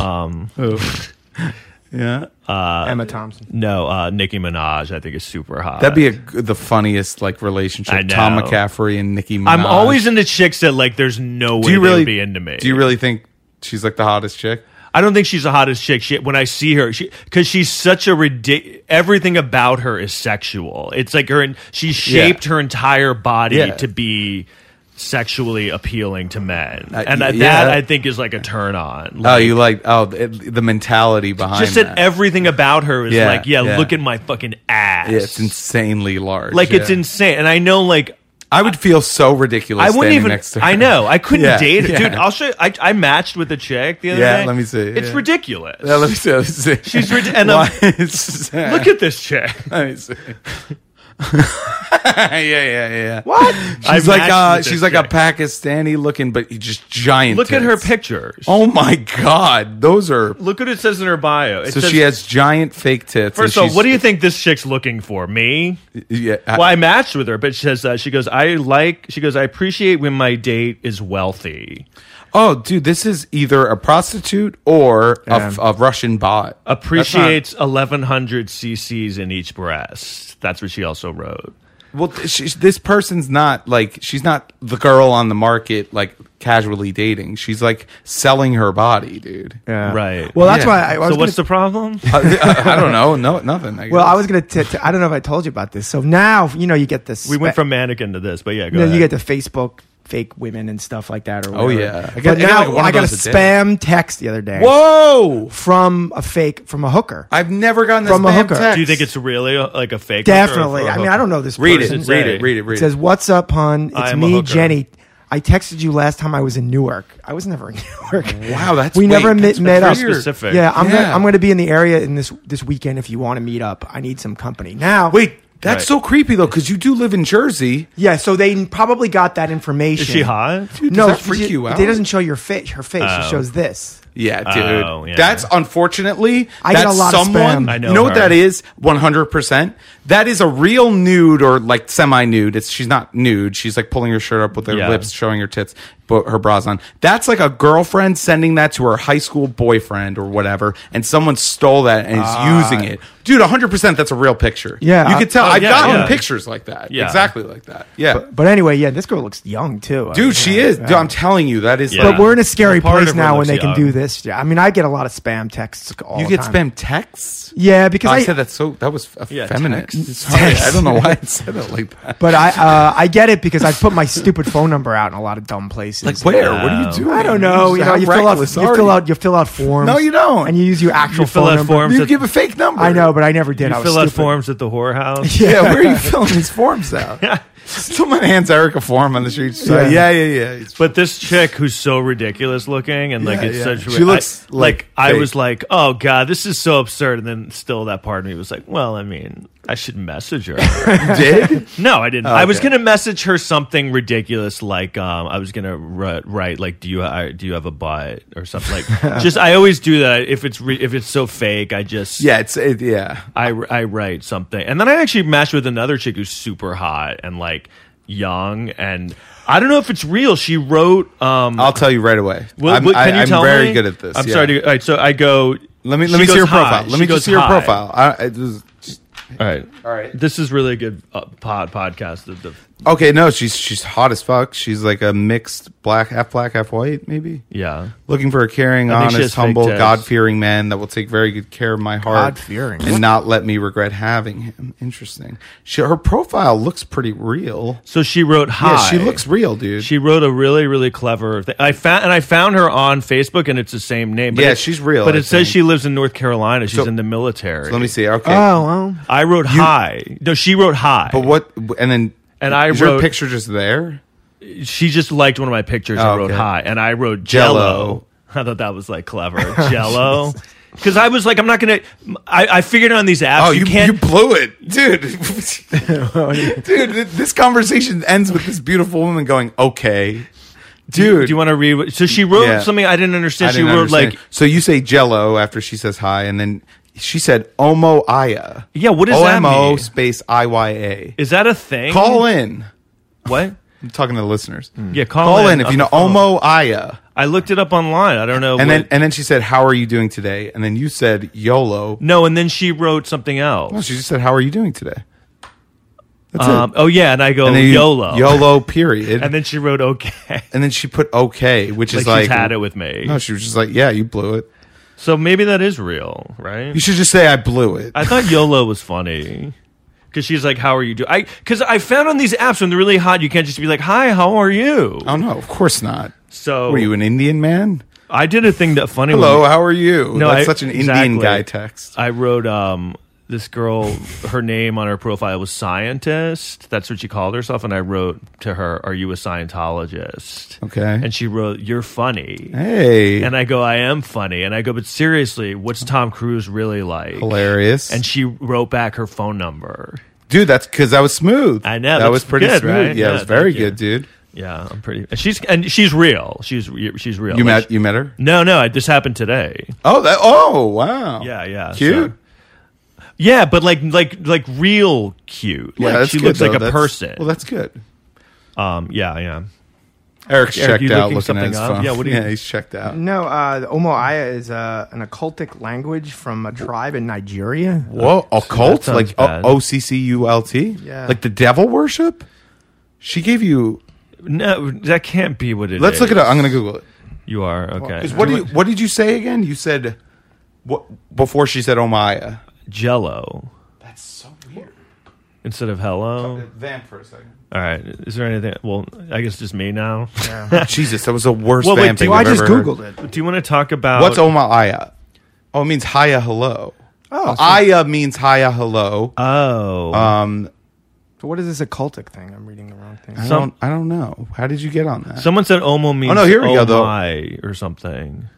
(laughs)
um. (laughs) yeah.
Emma Thompson.
No. Uh. Nicki Minaj. I think is super hot.
That'd be a, the funniest like relationship.
I know.
Tom McCaffrey and Nicki Minaj.
I'm always into chicks that like. There's no way
Do you
they
really
would be into me.
Do you really think she's like the hottest chick?
I don't think she's the hottest chick. She, when I see her, she because she's such a ridiculous. Everything about her is sexual. It's like her, and she shaped her entire body
Yeah.
to be sexually appealing to men,
Uh,
and
y-
that
yeah.
I think is like a turn on.
Oh,
Like,
you like oh it, the mentality behind
just that
that.
everything about her is
Yeah,
like, yeah,
yeah.
look at my fucking ass.
Yeah, it's insanely large.
like it's
Yeah.
insane, and I know like.
I would feel so ridiculous.
I wouldn't
standing
even.
Next to her.
I
(laughs)
know. I couldn't
Yeah,
date her,
yeah.
dude. I'll show. You, I I matched with a chick the other
Yeah,
day.
let me see,
It's
yeah.
ridiculous.
Yeah, let me see. Let me see.
She's rid- and,
Why-
um,
it's-
Look at this
(laughs)
chick.
Let
(laughs)
me see. yeah, yeah, yeah.
What?
She's
I
like
matched
uh,
with this
she's like a
chick.
Pakistani looking, but just giant.
Look at her
tits.
pictures.
Oh my god, those are.
Look what it says in her bio. It
So
says,
she has giant fake tits.
First
and
of all, what do you
she's-
think this chick's looking for? Me?
Yeah, uh, I-
Well, I matched with her, but she says uh, she goes, "I like." She goes, "I appreciate when my date is wealthy."
oh, dude, this is either a prostitute or a
Yeah.
f- a, Russian bot.
Appreciates eleven hundred cc's in each breast. That's what she also wrote.
Well, th- she, this person's not like she's not the girl on the market like casually dating. She's like selling her body, dude.
Yeah.
Right.
Well, that's
Yeah.
why I, I was.
so what's
gonna,
the
(laughs)
problem?
I, I- I don't know. No, nothing. I guess.
well, I was gonna. T- t- I don't know if I told you about this. So now you know you get this.
We went
spe-
from mannequin to this, but yeah, go
you, know,
ahead.
you get the Facebook fake women and stuff like that. Or
Oh,
whatever.
yeah. I
But
got- I got,
now
like, one
I
of
got a
those a day.
spam text the other day
Whoa!
from a fake from a hooker.
I've never gotten this
From a
spam
hooker.
text.
Do you think it's really uh, like a fake? hooker or
Definitely.
for a
I mean,
hooker?
I don't know this.
Read it.
person.
Read
What does it
it.
say?
Read it. Read
It says, "What's up, hun? It's
I am a
me,
hooker."
Jenny. I texted you last time I was in Newark. I was never in (laughs) Newark.
Wow, that's-
we
wait,
never
that's
met, met up.
very
specific.
Yeah, I'm
Yeah.
Gonna, I'm going to be in the area in this this weekend. If you want to meet up, I need some company now.
Wait, that's
Right.
so creepy though, because you do live in Jersey.
yeah. So they probably got that information.
Is she hot?
Dude,
no,
does that
she-
freak you out?
They doesn't show your face. Her face. She shows this.
Yeah, dude.
Oh, yeah.
That's unfortunately
I
that's
get a lot of
someone.
spam. I
know
you know what
her.
that is? One hundred percent. That is a real nude or like semi-nude. It's she's not nude. She's like pulling her shirt up with her
Yeah.
lips, showing her tits, but her bras on. That's like a girlfriend sending that to her high school boyfriend or whatever, and someone stole that and is using it. Dude, one hundred percent. That's a real picture.
Yeah,
you
I-
could tell.
Ah. Oh,
I've
yeah,
gotten
yeah.
pictures like that.
Yeah.
exactly like that. Yeah,
But anyway, yeah, this girl looks young too. I mean,
dude, she
yeah,
is. Dude,
yeah.
I'm telling you, that is.
Yeah.
like-
But we're in a scary
Part of
place
her
now when
looks
they can
young.
do this. Yeah, I mean, I get a lot of spam texts. All
you
the
get
time.
spam texts.
Yeah, because
Oh, I,
I,
said that so that was
Yeah,
feminine.
text.
(laughs) Sorry, I don't know why I said it like that.
But I uh, I get it because I put my stupid phone number out in a lot of dumb places.
Like where? What are you doing?
I don't know. You, know,
How
you fill out you
reckless are
fill out you fill out forms.
No, you don't.
And you use your actual
You fill
phone
out
number.
forms.
You give a fake number.
I know, but I never did.
You
I was
fill out
stupid.
forms at the whorehouse.
(laughs) Yeah, where are you filling these forms out? Someone hands Eric a form on the street. She's like, yeah,
Yeah.
yeah, yeah. It's-
(laughs) But this chick who's so ridiculous looking and like
Yeah,
it's
yeah.
such
She looks
I, like,
like
I
fake.
was like, oh god, this is so absurd. And then still that part of me was like, well, I mean, I should message her.
You did?
no, I didn't. I was
okay.
gonna message her something ridiculous like um, I was gonna ri- write like do you I, do you have a butt or something like
(laughs)
just I always do that if it's re- if it's so fake. I just
Yeah, it's it, yeah.
I, I write something. And then I actually matched with another chick who's super hot and like young. And I don't know if it's real. She wrote. Um,
I'll tell you right away.
will-
Oh, I'm,
will-
I,
can you
am
tell
very
me?
good at this.
I'm
yeah.
sorry. To, all right, so I go.
Let me
she
let me see
goes
your
high.
profile. Let
She
me
goes
just see your
high.
profile. I, I, this is-
All right.
All right.
This is really a good uh, pod podcast. The, the,
okay, no, she's she's hot as fuck. She's like a mixed black, half black, half white, maybe.
yeah.
Looking for a caring,
I think she has
honest,
fake
humble,
tits.
God fearing man that will take very good care of my heart
God-fearing.
and not let me regret having him. Interesting. She, her profile looks pretty real.
So she wrote high.
Yeah, she looks real, dude.
She wrote a really, really clever thing. I found and I found her on Facebook, and it's the same name.
Yeah,
it-
she's real,
But
I
it says
think.
she lives in North Carolina. She's
So-
in the military.
Let me see. Okay.
Oh well.
I wrote high. No, she wrote high.
but what? And then
And I
is your
wrote-
picture just there.
she just liked one of my pictures
Oh,
and wrote
okay.
hi and i wrote
Jell-O.
jello, i thought that was like
(laughs)
clever jello because i was like i'm not gonna i, I figured on these apps
Oh,
Uh, you,
you,
can't
you blew
(laughs)
it, dude. dude, th- this conversation ends with this beautiful woman going, "Okay, dude."
do you want to read what- so she wrote
Yeah.
something i didn't understand
I
she
didn't
wrote
understand.
like
so you say Jello after she says hi, and then she said Omo Aya.
Yeah, what does that
OMO
mean?
space I Y A.
is that a thing
Call in.
what
I'm talking to the listeners.
yeah Hmm. call,
Call in if
on
you know
the phone.
Omo Aya.
i looked it up online i don't know
And
what-
then and then she said, "How are you doing today?" And then you said, "YOLO."
no and then she wrote something else
No, she just said, "How are you doing today?" That's
um,
it.
oh yeah and i go
And then you-
yolo
YOLO. Period.
and
and, then,
then she wrote okay (laughs)
she put "Okay," which
like,
is like
she's had it with me
No, she was just like, "Yeah, you blew it."
so maybe that is real right
You should just say, "I blew it."
I thought YOLO was funny. Cause she's like, "How are you doing?" I because I found on these apps when they're really hot, you can't just be like, "Hi, how are you?"
oh no, of course not.
so
Were you an Indian man?
I did a thing that funny.
Oh. Hello,
when-
how are you?
No,
That's
I-
such an Indian
exactly.
guy text.
I wrote um this girl, her name on her profile was scientist. That's what she called herself, and I wrote to her, "Are you a Scientologist?"
Okay.
and she wrote, "You're funny."
Hey,
And I go, I am funny. And I go, but seriously, what's Tom Cruise really like?
hilarious.
And she wrote back her phone number.
dude, that's because that was smooth.
I know,
that
that's
was pretty
good,
smooth.
right?
Yeah, it
Yeah,
was very
thank you.
good, dude.
Yeah, I'm pretty. and She's and she's real. She's re- she's real.
You
Like,
met you met her?
No, no, it just happened today.
Oh, that. Oh, wow.
Yeah, yeah.
Cute.
so- yeah, but like like like real cute.
Yeah,
Like
that's
she
good,
looks
though.
like a
That's-
person.
Well, that's good.
um yeah, yeah.
Eric's
Eric,
checked
you
out
looking
looking at
something
his
up?
phone.
Yeah, what do you- Mm.
he's checked out.
No, uh, the Omoaya is uh, an occultic language from a tribe in Nigeria.
Whoa, occult?
sounds
Like
bad.
O C C U L T?
Yeah.
Like the devil worship? She gave you.
No, that can't be what it
Let's look it
is.
up. I'm going to Google it.
You are okay.
'Cause What, do you, what did you say again? You said. "Oh, What, before she said Omaya.
Jello.
That's so weird.
instead of hello.
Vamp for a second.
All right. Is there anything? Well, I guess just me now.
Jesus, that was the worst
Well, wait,
vamping
do
I
I've
just
ever heard.
Googled
(laughs)
it.
Do you want to talk about
What's Omaya? Oh, it means hiya hello.
Oh, so,
Aya means hiya hello.
Oh,
Um,
so what is this occultic thing? I'm reading the wrong thing.
I
Some-
don't, I don't know. How did you get on that?
someone said Omo means
Oh, no, here we
oh
go, though.
my or something.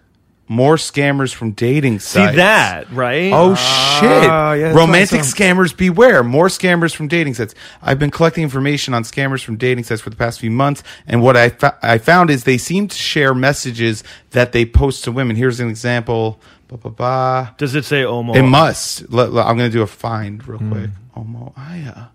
More scammers from dating
See
sites.
that right?
Oh shit!
Ah,
yeah, that's
Romantic
awesome.
scammers beware! More scammers from dating sites. I've been collecting information on scammers from dating sites for the past few months, and what I fo- I found is they seem to share messages that they post to women. Here's an example. Ba ba ba.
does it say Omo?
It must. Let- let- I'm going to do a find
Hmm.
real quick. Omo Aya.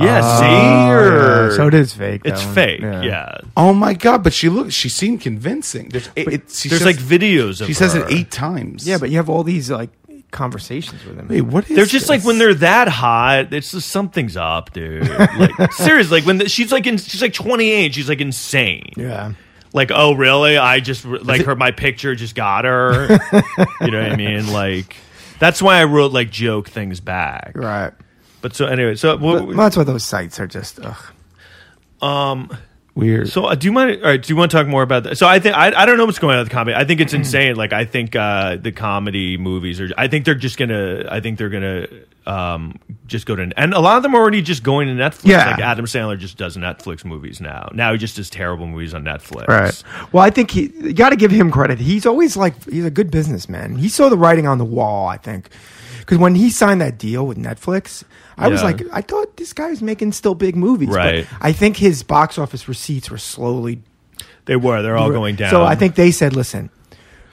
Yeah. see,
Oh, yeah, so it is fake. that
it's
one.
fake.
Yeah.
Yeah.
Oh my god! But she looked. She seemed convincing. There's, it, it, she
There's
says-
like videos of
She says it
her.
eight times.
Yeah, but you have all these like conversations with him.
wait, what is?
They're just like
this?
when they're that hot, it's just something up,
(laughs)
dude. Like seriously, like when the, she's like in, she's like 28, she's like insane.
Yeah.
Like, oh really? I just like her my picture just got
(laughs)
her. you know what I mean? Like that's why I wrote like joke things back.
Right.
But so anyway, so
But,
what,
that's why those sites are just. Ugh.
weird.
So uh, do you mind? All right, do you want to talk more about that? So I think I, I don't know what's going on with the comedy. I think
Mm-hmm.
it's insane. Like I think uh, the comedy movies are. I think they're just gonna. I think they're gonna um, just go to. And a lot of them are already just going to Netflix.
Yeah.
Like Adam Sandler just does Netflix movies now. Now he just does terrible movies on Netflix.
Right. Well, I think he you got to give him credit. He's always like he's a good businessman. He saw the writing on the wall, I think. Cuz when he signed that deal with Netflix, I was
Yeah.
like I thought this guy was making still big movies, but
Right.
I think his box office receipts were slowly
They were. They're all going down.
So I think they said, "Listen,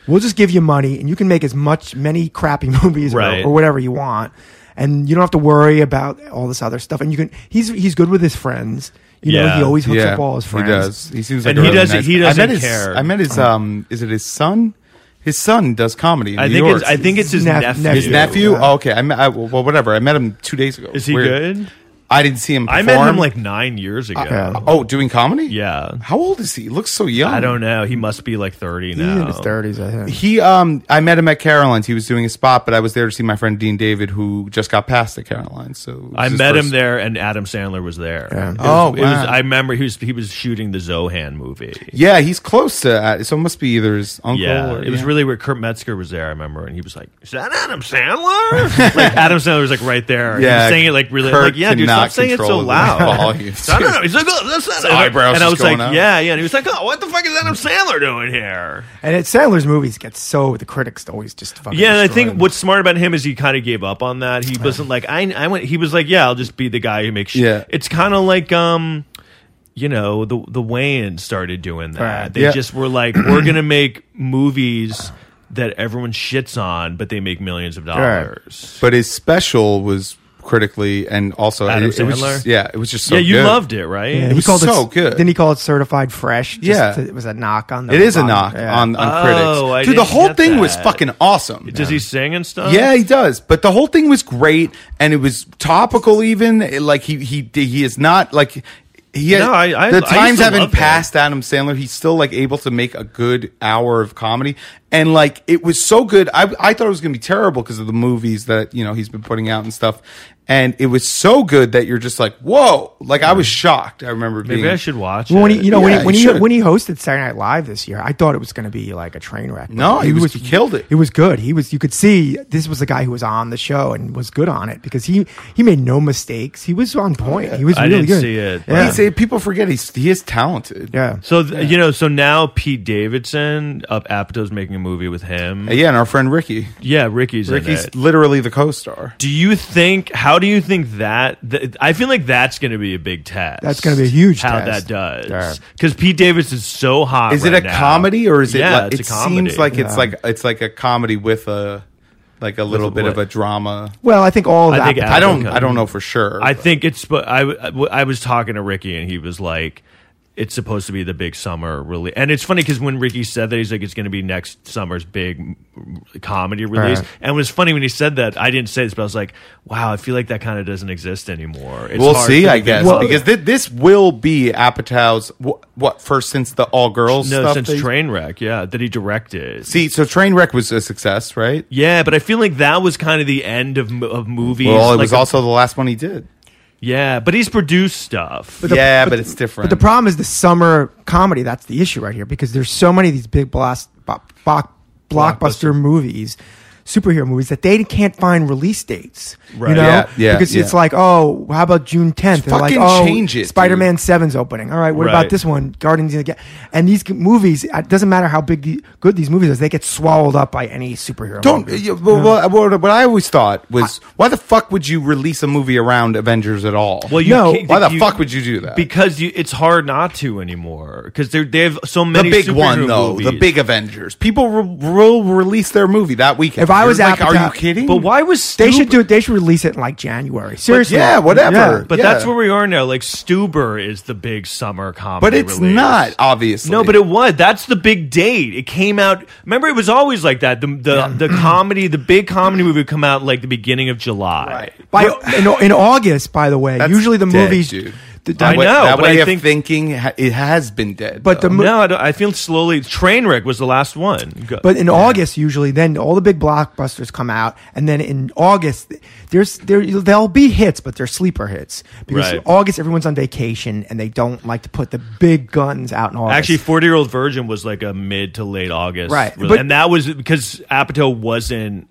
we'll just give you money and you can make as much many crappy (laughs) movies or-
Right.
or, whatever you want." And you don't have to worry about all this other stuff. And you can he's he's good with his friends. You know,
Yeah.
he always hooks
yeah,
up all his friends.
He does. He seems like
And
a
he
really
doesn't-
nice-
he
I
doesn't
met his,
care.
I met his um. Is it his son? His son does comedy. In
I
New
think
York.
it's. I think it's his
Nep-
nephew.
nephew.
his nephew.
Yeah.
Oh, okay. I, met, I well, whatever. I met him two days ago.
Is he
Weird.
good?
I didn't see him. Perform.
I met him like nine years ago.
yeah.
oh, doing comedy.
Yeah.
How old is he? He looks so young.
I don't know. He must be like thirty now.
He's in his thirties, I think.
He um. I met him at Caroline's. He was doing a spot, but I was there to see my friend Dean David, who just got passed at Caroline's. So it was
I
his
met him
first-
there, and Adam Sandler was there.
Yeah.
It was-
Oh,
it was-
wow. Oh,
I remember he was he was shooting the Zohan movie.
Yeah, he's close to. uh, So it must be either his uncle.
Yeah,
or,
it was
yeah.
really where Kurt Metzger was there. I remember, and he was like, "Is that Adam
(laughs)
Sandler?" like Adam Sandler was like right there. He was
Yeah,
saying it like really,
Kurt
like yeah, dude,
cannot
stop saying it so
control the
loud. (laughs)
(laughs) volume.
It's not Adam- He's like, oh, that's not Adam."
eyebrows
and I
just
was like,
going up.
yeah, yeah. And he was like, oh, what the fuck is Adam Sandler doing here?
(laughs) And it, Sandler's movies get so the critics always just fucking
Yeah, and I
destroy
think
them.
what's smart about him is he kind of gave up on that. He wasn't like I. I went. He was like, yeah, I'll just be the guy who makes. Shit.
Yeah.
It's kind of like um, you know, the the Wayans started doing that.
Right.
They
Yeah.
just were like, we're gonna make movies that everyone shits on, but they make millions of dollars.
But his special was critically and also
Adam
it, it was
Sandler?
just- yeah, it was just so
yeah, you
good.
loved it, right?
Yeah,
It was so good.
Then he called it certified fresh. just
Yeah.
to- it was a knock on. The
It is a
bottom.
knock
Yeah.
on, on
Oh,
critics.
I
Dude, the
didn't
whole
get
thing was
that.
fucking awesome.
Does he sing and stuff?
Yeah, he does. But the whole thing was great, and it was topical. Even It- like he he he is not like he.
No, I- I- I
the
used
times
to
haven't
love that.
passed Adam Sandler. He's still like able to make a good hour of comedy, and like it was so good. I I thought it was gonna be terrible because of the movies that you know he's been putting out and stuff. And it was so good that you're just like, whoa! Like I was shocked. I remember being.
Maybe I should watch.
Well, when
it.
he, you know,
Yeah,
when,
you
he, when, he,
should've.
when he hosted Saturday Night Live this year, I thought it was going to be like a train wreck. but
No, he was- he killed it.
It was good. He was. You could see this was the guy who was on the show and was good on it because he he made no mistakes. He was on
Oh,
point. He was
I didn't
really good.
see it, but-
Yeah.
He's, uh, people forget he's he is talented.
yeah.
So th- you know, so now Pete Davidson of Apatow's making a movie with him.
Uh, Yeah, and our friend Ricky.
Yeah, Ricky's in
Ricky's
it.
literally the co-star.
Do you think? How do you think that? Th- I feel like that's going to be a big test.
That's gonna be a huge
How
test.
that
Yeah.
does because Pete Davis is so hot.
Is it a
right now.
comedy or is it?
Yeah,
like,
it's
it
a comedy.
seems like it's
Yeah.
like it's like a comedy with a like a little bit of a
what?
drama.
Well, I think all of
I
that.
think
I don't
Okay.
I don't know for sure.
I
but-
think it's. But I, w- I w- I was talking to Ricky and he was like, "It's supposed to be the big summer release." And it's funny because when Ricky said that, he's like, "It's going to be next summer's big m- comedy release."
Right.
And it was funny when he said that. I didn't say this, but I was like, "Wow, I feel like that kind of doesn't exist anymore." It's
we'll
hard
see.
to-
I guess
Well-
because thi- this will be Apatow's wh- what first since the all girls
No,
stuff
since
that he-
Trainwreck, yeah, that he directed.
See, so Trainwreck was a success, right?
Yeah, but I feel like that was kind of the end of mo- of movies.
Well, it
like
was also the last one he did.
Yeah, but he's produced stuff.
the-
yeah, but, it's different.
But the problem is the summer comedy. That's the issue right here because there's so many of these big blast, bo- bo- blockbuster,
Blockbuster.
movies, superhero movies that they can't find release dates.
Right.
You know,
Yeah, yeah,
because
yeah.
it's like, oh, how about June 10th? They're like,
fucking
oh,
change it, dude.
Spider-Man 7's opening. All right, what
Right.
about this one? Guardians of the Ga- And these g- movies, it doesn't matter how big the, good these movies are, they get swallowed up by any superhero.
Don't.
movie.
yeah, well, well, what, what I always thought was, why the fuck would you release a movie around Avengers at all?
Well, you
No,
can't-
why the
you-
fuck would you do that?
Because you, it's hard not to anymore. Because they they have so
the
many
big one
superhero
though, the
movies.
big Avengers. People re- will release their movie that weekend.
If I was
You're like,
Apatow-
are you kidding?
But why was Stuber,
They should do it. They should release it in like January. Seriously.
yeah, whatever.
But
Yeah.
that's where we are now. Like Stuber is the big summer comedy,
But it's
release.
not obviously.
No, but it was. That's the big date. It came out. Remember, it was always like that. The the, the comedy, the big comedy movie would come out like the beginning of July.
Right.
By, in, in August, by the way,
That's
usually the
dead,
movies.
dude.
the-
That
I
way,
know,
That
but
way
I
of
think-
thinking, ha- it has been dead.
But the
though.
mo-
No, I, don't- I feel slowly. Trainwreck was the last one. Go-
But in August, usually, then all the big blockbusters come out, and then in August, there's there there'll be hits, but they're sleeper hits because
Right.
August everyone's on vacation and they don't like to put the big guns out in August.
Actually, Forty Year Old Virgin was like a mid to late August,
Right,
rele-
but-
and that was because Apatow wasn't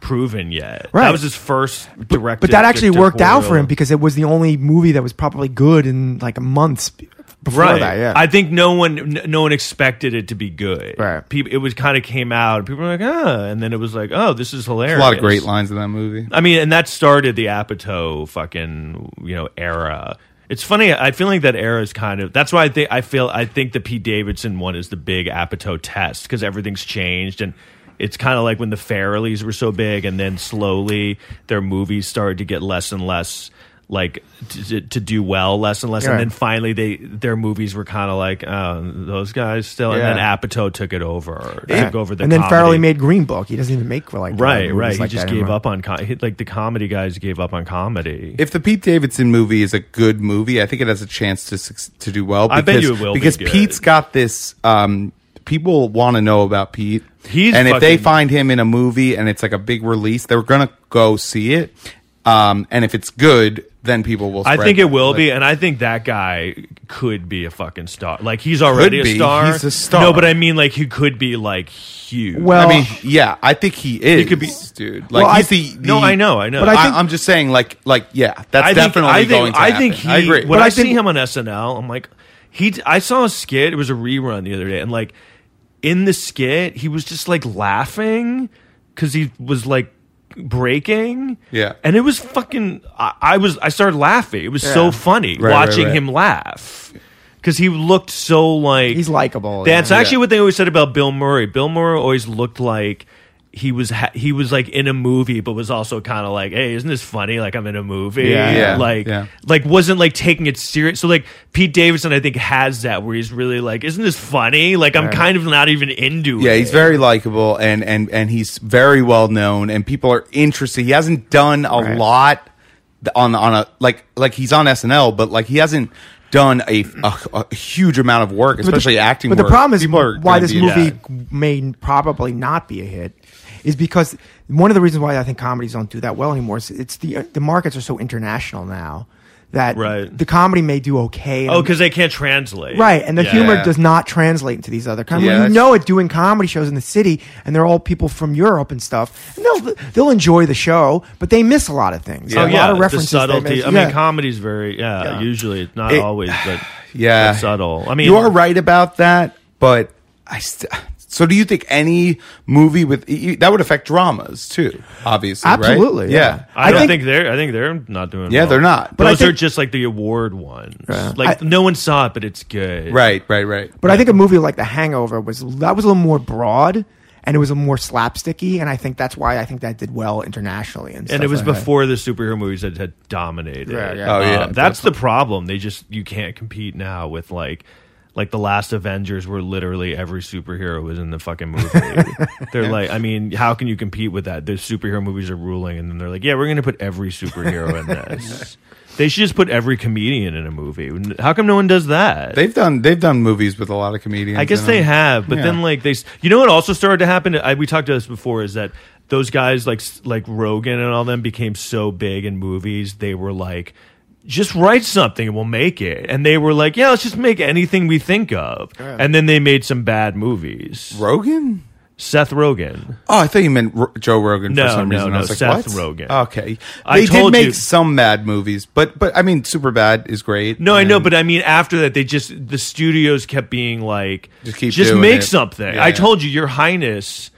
proven yet.
Right.
That was his first direct.
but that actually worked out for him because it was the only movie that was probably good in like months b- before
right.
that. Yeah,
I think no one, n- no one expected it to be good.
Right.
People, it was kind of came out. and People were like, ah, and then it was like, oh, this is hilarious.
a lot of great lines in that movie.
I mean, and that started the Apatow fucking you know era. It's funny. I feel like that era is kind of. That's why I think I feel. I think the Pete Davidson one is the big Apatow test because everything's changed and. It's kind of like when the Farrellys were so big, and then slowly their movies started to get less and less like to, to- to do well, less and less,
Right.
and then finally they their movies were kind of like oh, those guys still, and
Yeah.
then Apatow took it over, took over the
and then
comedy.
Farrelly made Green Book. He doesn't even make like
Um,
Right,
movies
right.
like
he just
that
gave
anymore.
up on com- he- like the comedy guys gave up on comedy.
if the Pete Davidson movie is a good movie, I think it has a chance to suc- to do well. Because,
I bet you it will be
because
good.
Pete's got this. Um, people want to know about Pete.
He's
and if they
fucking-
find him in a movie and it's like a big release, they're gonna go see it. Um, and if it's good, then people will.
I
Spread
think it will
Like,
be, and I think that guy could be a fucking star. Like he's already a
be.
star.
He's a star.
No, but I mean, like he could be like huge.
Well,
I mean, yeah, I think he is.
could be-
dude. Like
Well,
he's
I-
the, the.
No, I know, I know.
But
But
I
I
think-
am just saying, like, like, yeah, that's
I think,
definitely
I think,
going to
I
happen.
think he.
I agree.
When
But
I,
I think-
see him on SNL, I'm like, he. I saw a skit. It was a rerun the other day, and like in the skit, he was just like laughing because he was like breaking.
Yeah.
and it was fucking. I, I was. I started laughing. It was so funny
Right, right,
watching
right.
him laugh because he looked so like
He's likable.
That's
yeah.
actually
Yeah.
what they always said about Bill Murray. Bill Murray always looked like he was ha- he was like in a movie, but was also kind of like, hey, isn't this funny? Like I'm in a movie.
Yeah.
Yeah.
Like
Yeah.
like wasn't like taking it serious. So like Pete Davidson, I think has that where he's really like, isn't this funny? Like I'm kind of not even into it.
Yeah, he's very likable and and and he's very well known and people are interested. He hasn't done a
Right.
lot th- on on a like like he's on SNL, but like he hasn't done a a, a huge amount of work,
But the-
especially acting.
But the
work.
problem is
People are
why
gonna
this
be-
movie
Yeah.
may probably not be a hit is because one of the reasons why I think comedies don't do that well anymore is it's the the markets are so international now that
Right.
the comedy may do okay.
Oh, because they can't translate.
Right, and the
Yeah.
humor
Yeah.
does not translate into these other countries.
Yeah,
you
that's-
know it doing comedy shows in the city, and they're all people from Europe and stuff. And they'll they'll enjoy the show, but they miss a lot of things.
Oh
a
yeah,
lot of references.
the
they
subtlety.
miss.
I
Yeah.
mean, comedy's very yeah.
Yeah.
Usually, it's not
It-
always, but
(sighs) Yeah.
it's subtle. I mean,
you are right about that, but I. St- so do you think any movie with you- that would affect dramas too? Obviously, right?
Absolutely, yeah.
Yeah,
I,
I
don't
think-
think, they're. I think they're not doing.
Yeah,
well.
they're not.
But
But
I
Those are
think-
just like the award ones.
Yeah.
Like
I-
no one saw it, but it's good.
right, right, right.
But I think a movie like The Hangover was that was a little more broad and it was a more slapsticky, and I think that's why I think that did well internationally. And,
And
stuff
it was
like that.
before the superhero movies had, had dominated. Um,
Yeah, yeah.
Oh, yeah,
that's the problem. They just you can't compete now with like like the last Avengers, where literally every superhero was in the fucking
(laughs)
movie. they're like, I mean, how can you compete with that? The superhero movies are ruling, and then they're like, yeah, we're gonna put every superhero in
(laughs)
this. They should just put every comedian in a movie. How come no one does that?
They've done they've done movies with a lot of comedians.
I guess
in
they
them.
have, but
Yeah.
then like they, s- you know, what also started to happen. I, we talked to this before is that those guys like s- like Rogan and all them became so big in movies. They were like just write something and we'll make it. And they were like, yeah, let's just make anything we think of. And then they made some bad movies.
Rogan?
Seth Rogen.
Oh, I thought you meant Ro- Joe Rogan
No,
for some
no,
reason.
no,
I was like,
Seth
what?
Rogan.
Okay,
I
they
told
did make
you-
some mad movies, but but I mean, Superbad is great.
No, I
and-
know, but I mean, after that, they just the studios kept being like,
Just keep
just
doing
make
it."
something.
Yeah.
I told you, Your Highness,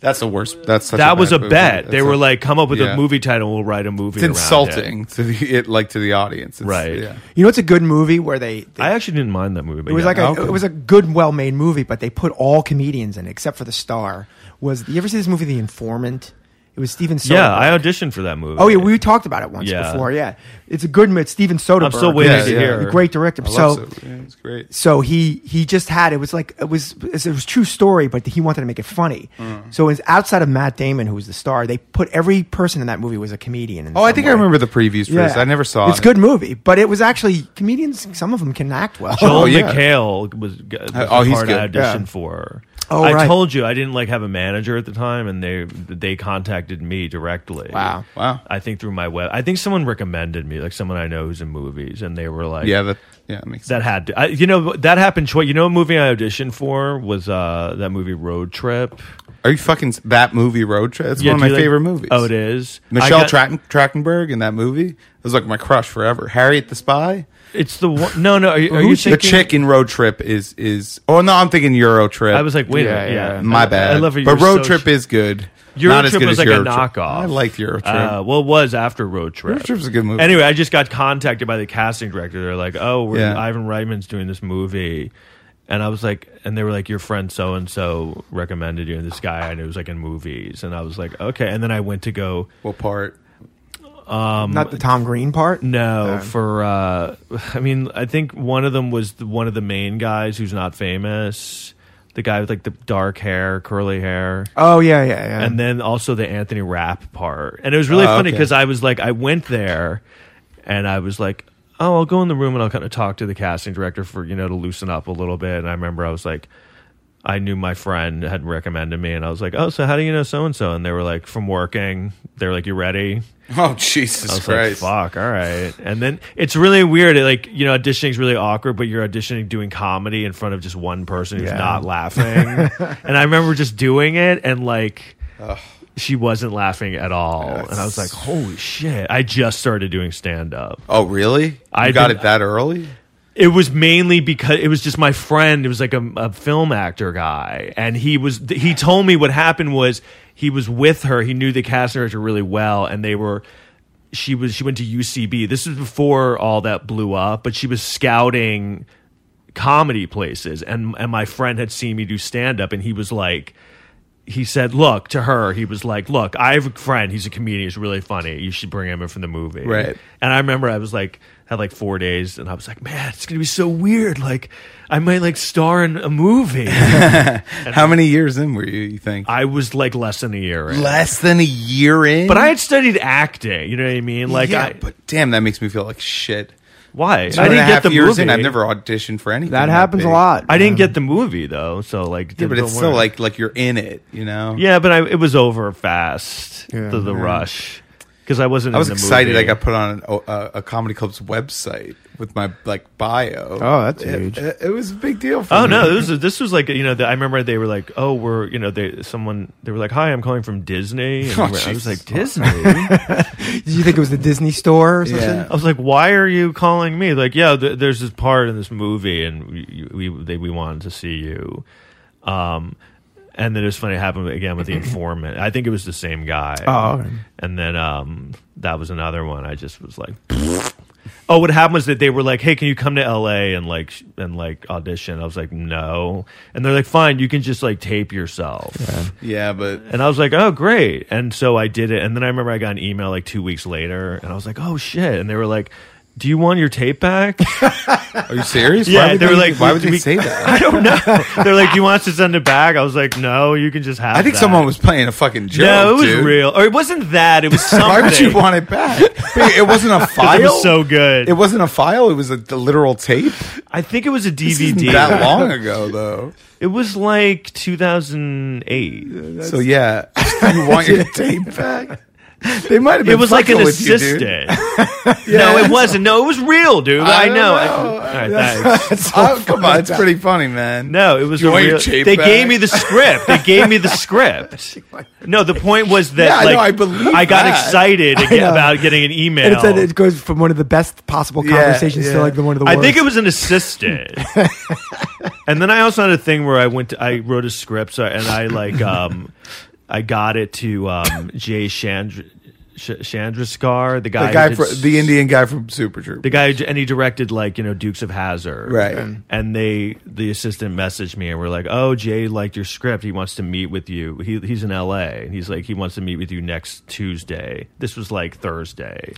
that's the worst. That's such
that
a bad
was a
movie.
bet.
That's
they
a-
were like, come up with
yeah.
a movie title, we'll write a movie.
it's
around it."
insulting to the it like to the audience. It's,
Right.
Yeah.
You know, it's a good movie where they. they-
I actually didn't mind that movie. But
it was
yeah.
like a,
okay.
it was a good, well-made movie, but they put all comedians in except for the star. Was you ever see this movie, The Informant? It was Steven Soderbergh.
yeah, I auditioned for that movie.
Oh yeah, we talked about it once
Yeah.
before. Yeah, it's a good. It's Steven Soderbergh.
I'm still waiting
Yeah,
to
yeah.
hear.
A great director.
I
So
love Soderbergh. Yeah, it's great.
so he he just had it was like it was it was a true story, but he wanted to make it funny.
Mm.
So it was outside of Matt Damon, who was the star. They put every person in that movie was a comedian. In
Oh, I think I
some way.
remember the previews for this. I never saw
It's
it.
good movie, but it was actually comedians. Some of them can act well.
Joel
(laughs)
Oh, yeah.
McHale was, was
oh,
the
he's
part I
good.
auditioned
Yeah.
for.
Oh,
I
right.
told you I didn't like have a manager at the time, and they they contacted me directly.
Wow.
Wow.
I think through my web. I think someone recommended me, like someone I know who's in movies, and they were like,
Yeah, that yeah that makes sense.
That had to, I, you know, that happened. Twice. You know, a movie I auditioned for was uh, that movie Road Trip.
Are you fucking s- that movie Road Trip? It's
Yeah,
one
do
of
you
my
like-
favorite movies.
Oh, it is.
Michelle
I got-
Tratten- Trachtenberg in that movie. It was like my crush forever. Harriet the Spy.
It's the one. No, no. Are, you- are you
Who's
thinking?
the chick in Road Trip is is. Oh no, I'm thinking Euro Trip.
I was like, wait, a
Yeah,
minute,
yeah.
yeah,
my
I-
bad.
I love it.
But Road Trip is good.
Euro
Not as
Trip
good
was
as
like
Euro
a
Trip.
knockoff.
I liked Euro Trip.
Uh, well, it was after Road Trip.
Road Trip's a good movie.
Anyway, I just got contacted by the casting director. They're like, "Oh, we're,
Yeah.
Ivan Reitman's doing this movie," and I was like, "And they were like, your friend so and so recommended you, and this guy I knew was like in movies," and I was like, "Okay." And then I went to go
what part? (laughs)
Not the Tom Green part.
no
Um,
for. Uh, (laughs) I mean, I think one of them was the, one of the main guys who's not famous, the guy with like the dark hair, curly hair.
Oh yeah, yeah, yeah.
and then also the Anthony Rapp part. And it was really
Oh,
funny
okay.
because I was like, I went there, and I was like, oh, I'll go in the room and I'll kind of talk to the casting director for you know to loosen up a little bit. And I remember I was like. I knew my friend had recommended me, and I was like, "Oh, so how do you know so and so?" And they were like, "From working." They were like, "You ready?"
Oh Jesus
I was
Christ!
like, "Fuck, all right." And then it's really weird. It, like you know, auditioning is really awkward, but you're auditioning doing comedy in front of just one person who's
(laughs)
Yeah.
not laughing. and I remember just doing it, and like she wasn't laughing at all, and I was like, "Holy shit!" I just started doing stand up.
oh really? You
I've
got
been-
it that early?
It was mainly because it was just my friend. It was like a, a film actor guy, and he was th- he told me what happened was he was with her. He knew the casting director really well, and they were she was she went to UCB. This was before all that blew up, but she was scouting comedy places, and and my friend had seen me do stand up, and he was like. He said, "Look to her." He was like, "Look, I have a friend. He's a comedian. He's really funny. You should bring him in from the movie."
Right.
And I remember I was like, had like four days, and I was like, man, it's gonna be so weird. Like, I might like star in a
(laughs)
movie.
How many years in were you? You think?
I was like less than a year in.
Less than a year in.
But I had studied acting. You know what I mean? Like,
yeah,
I,
but damn, that makes me feel like shit.
why?
Two
I
and a
didn't
half
get the
years
movie.
in. I've never auditioned for anything.
that happens a
big.
lot.
I didn't get the movie though. So like,
Yeah, but
don't
it's still
worry.
like like you're in it. You know?
yeah, but I, it was over fast.
Yeah,
the the
yeah.
rush because I wasn't.
I was
in the
excited.
Movie.
I got put on an, o- a, a comedy club's website with my like bio.
Oh, that's
It-
huge.
It, it was a big deal. for
Oh
me.
no! This was, this was like you know. The, I remember they were like, "Oh, we're you know, they someone they were like, hi, I'm calling from
(laughs)
Disney.' And
Oh,
we were- I was
Jesus.
like, "Disney?
Did you think it was the Disney store or something?
I was like, "Why are you calling me?" Like, yeah, th- there's this part in this movie, and we we, they, we wanted to see you. Um, and then it was funny. It happened again
(laughs)
with the informant. I think it was the same guy.
Oh, okay.
and then um, that was another one. I just was like, (laughs) "Oh, what happened was that they were like, hey, can you come to L.A. and like sh- and like audition?" I was like, "No," and they're like, "Fine, you can just like tape yourself."
Yeah, but
And I was like, oh, great. And so I did it. And then I remember I got an email like two weeks later and I was like, oh, shit. And they were like, do you want your tape back? (laughs)
are you serious?
Yeah,
why would
they were like,
why would
we-
they say that?
I
(laughs)
don't know. They're like, do you want us to send it back? I was like, no, you can just have
I think
that."
someone was playing a fucking joke.
No, it was
dude.
real. Or it wasn't that. It was something.
(laughs) Why would you want
(laughs)
it back? Wait, it wasn't a
'Cause
file.
It was so good.
It wasn't a file. It was a, the literal tape.
I think it was a
This isn't
DVD.
that long ago
(laughs)
though.
It was like 2008. (laughs)
(laughs) so yeah, you want your tape back?
They might have been.
It was like an
fucking with you, dude.
assistant.
(laughs)
No, it wasn't. No, it was real, dude. I,
don't
know. All
know.
right,
(laughs)
thanks.
Oh, come on, it's pretty funny, man.
No, it was
You want your
real.
tape
They
back?
gave me the script. They gave me the
(laughs)
script. No, the point was that
Yeah, I
like
know, I believe
I got
that. (laughs)
excited to get-
know.
about getting an email.
And it said it goes from one of the best possible
Yeah,
conversations
yeah.
to like the one of the
I
worst.
think it was an
(laughs)
assistant. and then I also had a thing where I went to, I wrote a script so, and I like um I got it to um Jay Chandra Sh- Chandraskar, the guy
the
who
guy,
did
fr
s-
the Indian guy from Super Troop.
the guy who- and he directed like, you know, Dukes of Hazard.
Right. Mm.
And they the assistant messaged me and we're like, "Oh, Jay liked your script. He wants to meet with you. He he's in LA. And he's like he wants to meet with you next Tuesday." This was like
(laughs)
Thursday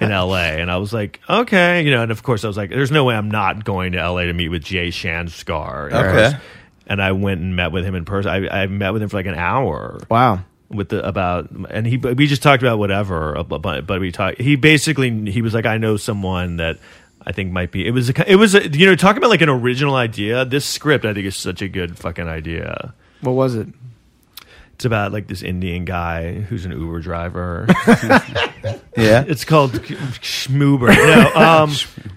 in LA. And I was like, "Okay, you know, and of course I was like, there's no way I'm not going to LA to meet with Jay Shanskar." in
Okay.
person. And I went and met with him in person. I, I met with him for like an hour
wow.
with the about and he we just talked about whatever uh, but but we talked he basically he was like I know someone that I think might be it was a, it was a, you know talking about like an original idea this script I think is such a good fucking idea
What was it?
it's about like this Indian guy who's an Uber driver
yeah,
it's called Schmoober. No, um,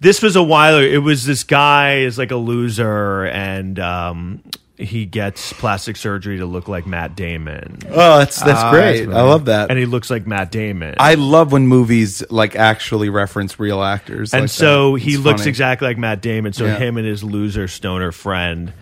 this was a while. It was this guy is like a loser, and um, he gets plastic surgery to look like Matt Damon,
oh, that's that's great. I love that.
and he looks like Matt Damon.
I love when movies like actually reference real actors.
and
like
so
that.
he
It's
looks
funny.
exactly like Matt Damon. So
Yeah.
him and his loser stoner friend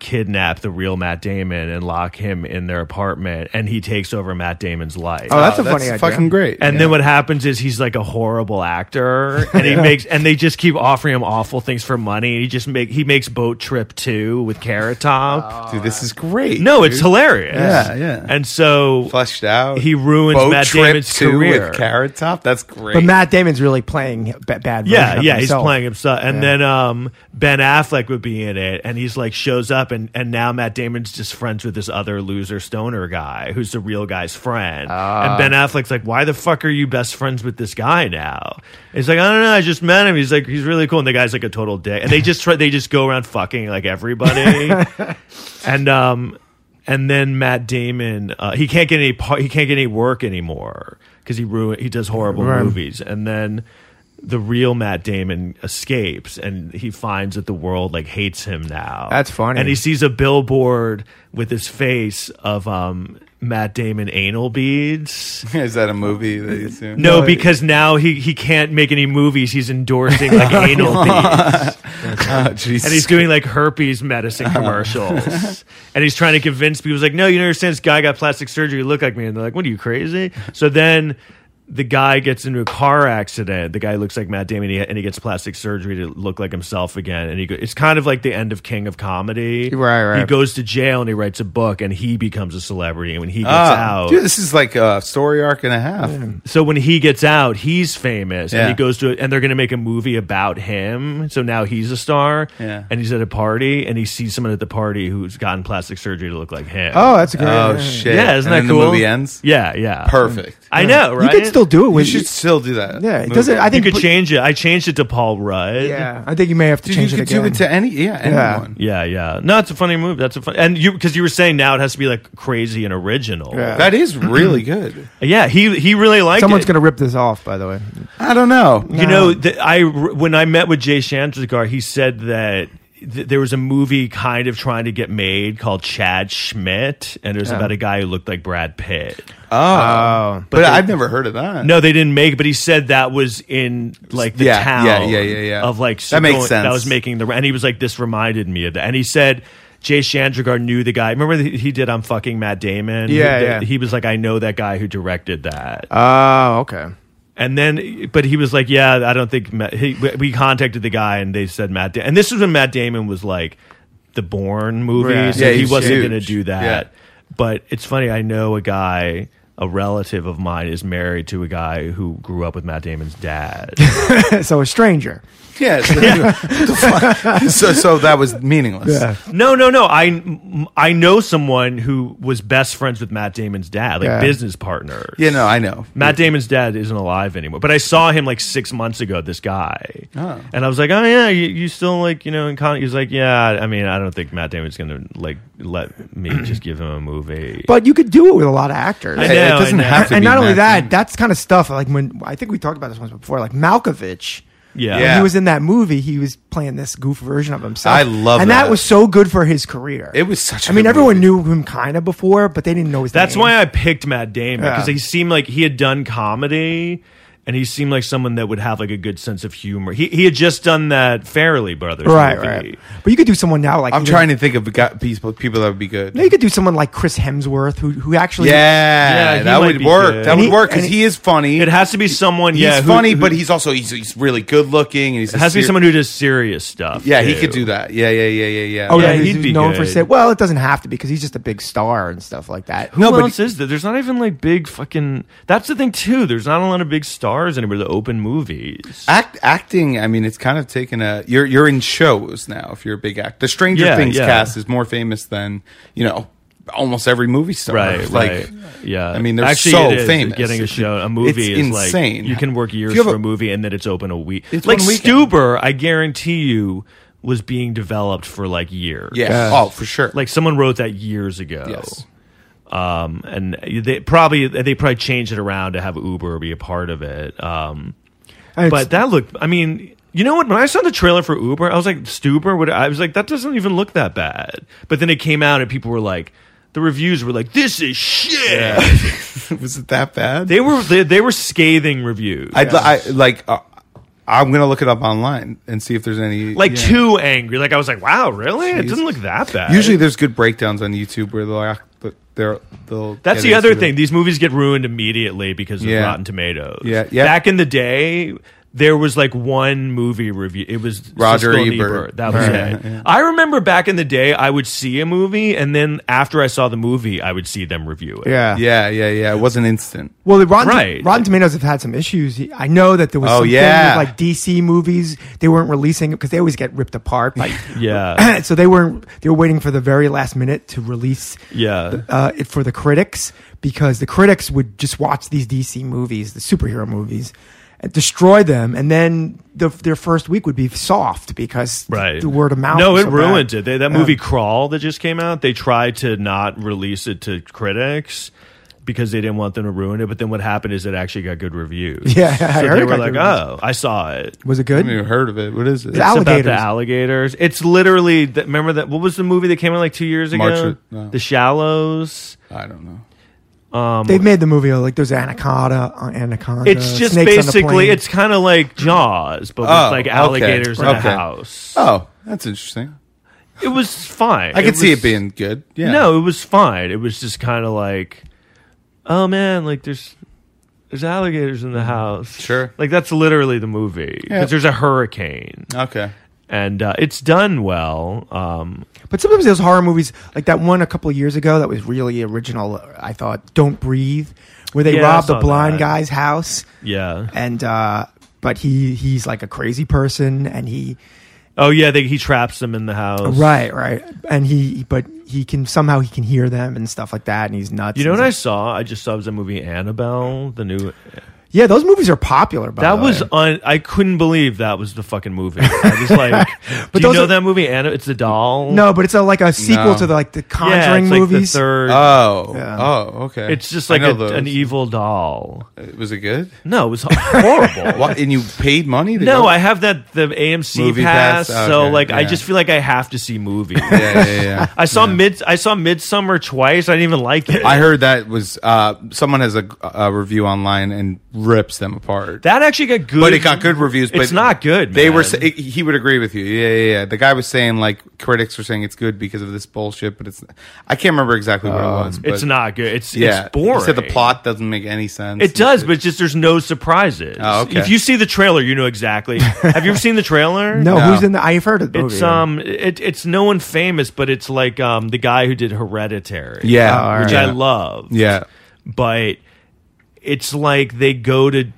kidnap the real Matt Damon and lock him in their apartment, and he takes over Matt Damon's life.
Oh, that's a funny idea.
fucking great.
And
Yeah.
then what happens is he's like a horrible actor,
(laughs)
and he makes and they just keep offering him awful things for money. And he just make he makes Boat Trip Two with Carrot Top.
dude, this is great.
no, it's hilarious.
Oh, Yeah, yeah.
And so
fleshed out.
He ruins
Boat
Matt
Trip
Damon's
2
career.
with Carrot Top. That's great.
But Matt Damon's really playing a ba- bad. version
yeah,
of
yeah,
himself.
he's playing himself, and
Yeah.
then um, Ben Affleck would be in it, and he's like shows up, and and now Matt Damon's just friends with this other loser stoner guy who's the real guy's friend,
Ah.
and Ben Affleck's like, why the fuck are you best friends with this guy now? And he's like, I don't know, I just met him. He's like, he's really cool, and the guy's like a total dick, and they just try, they just go around fucking like everybody,
(laughs)
and um, and then Matt Damon, uh, he can't get any par- he can't get any work anymore because he ruin he does horrible
Right.
movies, and then the real Matt Damon escapes, and he finds that the world like hates him now.
That's funny.
and he sees a billboard with his face of um. Matt Damon anal beads.
(laughs) is that a movie that you assume?
No, because now he, he can't make any movies. He's endorsing
(laughs)
like anal beads.
(laughs) Oh, Jesus.
And he's doing like herpes medicine commercials. and he's trying to convince people, he's like, no, you don't understand. This guy got plastic surgery. Look like me. And they're like, what are you crazy? So then the guy gets into a car accident. The guy looks like Matt Damon he- and he gets plastic surgery to look like himself again. And he go, it's kind of like the end of King of Comedy.
Right, right.
He goes to jail and he writes a book and he becomes a celebrity. And when he gets
Ah,
out,
dude, this is like a story arc and a half.
so when he gets out, he's famous,
Yeah.
and he goes to, and they're going to make a movie about him. So now he's a star,
Yeah.
and he's at a party, and he sees someone at the party who's gotten plastic surgery to look like him.
Oh, that's a great.
Oh
yeah, yeah.
shit!
yeah, isn't
and
that
then
cool?
The movie ends.
Yeah, yeah,
Perfect.
I know,
You
right?
could still do it
We
with.
should still do that.
yeah, it
movie.
doesn't. I
You
think.
could change it. I changed it to Paul Rudd.
Yeah, I think you may have to
Dude,
change
you
it
could
again.
do it to any yeah anyone.
Yeah, yeah. No, it's a funny move. That's a fun, and you because you were saying now it has to be like crazy and original.
Yeah.
That is really good.
Yeah, he he really liked
Someone's
it.
going to rip this off, by the way.
I don't know.
You know, th- I when I met with Jay Chandrasekhar, he said that th- there was a movie kind of trying to get made called Chad Schmidt, and it was about a guy who looked like Brad Pitt.
Oh, but, I've never heard of that.
No, they didn't make, it, but he said that was in like the
Yeah,
town,
yeah, yeah, yeah, yeah.
of like
That makes sense.
That was making the and he was like, this reminded me of that, and he said. Jay Chandragar knew the guy. Remember that he did "I'm fucking Matt Damon."
Yeah,
he,
yeah.
He was like, "I know that guy who directed that."
Oh, okay.
And then, but he was like, "Yeah, I don't think Matt, he, we- we contacted the guy, and they said Matt." Da- and this is when Matt Damon was like the Bourne movie,
Right.
so
Yeah,
he
he's
wasn't
huge.
going to do that.
Yeah.
But it's funny. I know a guy, a relative of mine, is married to a guy who grew up with Matt Damon's
(laughs)
dad.
(laughs) so a stranger.
Yeah. So, (laughs) What the fuck? so so that was meaningless.
no, no, no. I m- I know someone who was best friends with Matt Damon's dad, like
Yeah.
business partners.
You know, I know.
Matt Damon's dad isn't alive anymore, but I saw him like six months ago. This guy, "Oh, and I was like, "Oh yeah, you, you still like you know?" In con-? He was like, "Yeah, I mean, I don't think Matt Damon's gonna like let
(clears throat)
me just give him a movie.
But you could do it with a lot of actors.
I
It-
know,
it doesn't
I know.
have to
and
be
not only
Matt
that,
Damon.
that's kind of stuff like when I think we talked about this once before, like Malkovich.
yeah.
When
Yeah.
he was in that movie, he was playing this goof version of himself.
I love
and that.
that.
was so good for his career.
It was such a
I mean,
good
everyone
movie.
knew him kind of before, but they didn't know his
That's
name.
why I picked Matt Damon because
Yeah.
he seemed like he had done comedy and he seemed like someone that would have like a good sense of humor. He he had just done that Fairley Brothers
right,
movie.
right. But you could do someone now like
I'm
you
trying to think of got- people people that would be good.
Know, you could do someone like Chris Hemsworth, who who actually
Yeah,
Yeah, he
that
might
would
be
work.
good.
That
And
would
he-
work because
and
he is funny.
It has to be someone.
he's
yeah, who-
funny,
who-
but he's also he's, he's really good looking, and he's
it has to be someone who does serious stuff.
Yeah, he
too.
could do that. Yeah, yeah, yeah, yeah, yeah.
Oh,
Yeah,
yeah, he's
he'd be
known for
good.
saying, well, it doesn't have to because he's just a big star and stuff like that.
Who else is there? There's not even like big fucking. That's the thing too. There's not a lot of big stars anymore. The open movies.
Act, acting. I mean, it's kind of taken a. You're you're in shows now. If you're a big actor, the Stranger
Yeah,
Things
yeah.
cast is more famous than you know almost every movie star.
Right,
like,
right. Yeah,
I mean, they're
Actually,
so
it is.
famous.
Getting a
It's-
show, a movie
it's
is
insane.
like you can work
If
years
you have
for a
a-
movie, and then it's open a week.
It's
like
one weekend.
Stuber, I guarantee you, was being developed for like years.
Yeah. Oh, for sure.
like oh. someone wrote that years ago.
Yes.
Um, and they probably they probably changed it around to have Uber be a part of it. Um,
And it's-
but that looked. I mean, you know what? When I saw the trailer for Uber, I was like, Stuber. What? I was like, that doesn't even look that bad. But then it came out, and people were like, the reviews were like, this is shit.
was (laughs) it that
(laughs)
bad?
They were they, they were scathing reviews.
I'd, li- I like. Uh, I'm gonna look it up online and see if there's any
like
Yeah.
too angry. Like I was like, wow, really? It doesn't look that bad.
Usually, there's good breakdowns on YouTube where they'll act, but they're they'll.
That's
get
the other
into
thing.
it.
These movies get ruined immediately because of
Yeah.
Rotten Tomatoes.
Yeah, yeah.
Back in the day, there was like one movie review. It was
Roger
Siskel and
Ebert.
That was
Yeah,
it. I remember back in the day, I would see a movie, and then after I saw the movie, I would see them review it.
yeah.
Yeah, yeah, yeah. It wasn't instant.
Well, the Rotten,
Right.
Rotten Tomatoes have had some issues. I know that there was
Oh,
something
yeah.
with like DC movies. They weren't releasing it because they always get ripped
(laughs)
apart. Like, (coughs)
Yeah.
(clears throat) so they weren't. They were waiting for the very last minute to release
Yeah.
uh, it for the critics because the critics would just watch these DC movies, the superhero movies, and destroy them, and then the, their first week would be soft because
Right.
the word of mouth.
No,
was
it
so bad. Um,
ruined it. They, that movie Crawl that just came out, they tried to not release it to critics because they didn't want them to ruin it. But then what happened is it actually got good reviews.
Yeah, I
so
heard it
they were
got
like,
good
"Oh,
reviews.
I saw it."
Was it
I
good?
haven't even heard of it. What is it?
It's
It's
about
Alligators.
the alligators. It's literally that. Remember that? What was the movie that came out like two years ago?
March- no.
The Shallows.
I don't know.
They've made the movie uh, like there's anaconda, uh, anaconda.
It's just
Snakes on the
basically.
Plane.
It's kind of like Jaws, but
Oh,
with like
okay.
alligators in a
Okay.
house.
Oh, that's interesting.
It was fine.
I could see
was-
it being good. Yeah.
No, it was fine. It was just kind of like, oh man, like there's there's alligators in the house.
Sure.
like that's literally the movie because
Yeah.
there's a hurricane
Okay.
and uh, it's done well. Um,
But sometimes those horror movies, like that one a couple of years ago, that was really original. I thought, "Don't Breathe," where they
Yeah, I
robbed
saw
the blind
that.
guy's house,
yeah.
and uh, but he he's like a crazy person, and he
Oh yeah, they, he traps them in the house.
right right, and he but he can somehow he can hear them and stuff like that, and he's nuts.
You know
and
what I
stuff.
saw? I just saw was the movie Annabelle, the new.
yeah, those movies are popular. By
That
the
was
uh,
way.
un, I couldn't believe that was the fucking movie. I
(laughs)
was like,
But
do you
those
know
are-
that movie? Anna, it's the doll.
no, but it's a, like a sequel
No.
to the, like the
yeah,
Conjuring
it's like
movies. Uh,
the third.
Oh.
Yeah.
Oh, okay.
it's just
I
like
know
a,
those. Uh,
an e- evil doll.
Was it good?
No, it (laughs) was horrible.
What, and you paid money to
No,
go?
I have that the AMC
Movie
pass,
pass? Oh,
so
okay,
like I
yeah.
just feel like I have to see movies.
(laughs) Yeah,
(laughs)
yeah, yeah.
I saw mid I saw Midsummer twice. I didn't even like it.
I heard that was uh, someone has a, a review online and rips them apart.
that actually got good,
but it got good reviews. But
It's not good.
They were.
man.
sa- He would agree with you. Yeah, yeah, yeah. The guy was saying like critics are saying it's good because of this bullshit, but it's. I can't remember exactly what it
Um,
was. But
it's not good. It's
Yeah,
it's boring.
He said the plot doesn't make any sense.
It does, but it's just there's no surprises.
Oh, okay.
If you see the trailer, you know
(laughs)
exactly. Have you ever seen the trailer?
no,
No.
who's in the? I've heard of the
It's
movie.
um, it, it's no one famous, but it's like um, the guy who did Hereditary.
yeah,
Oh, all
which
right.
I love.
Yeah.
but it's like they go to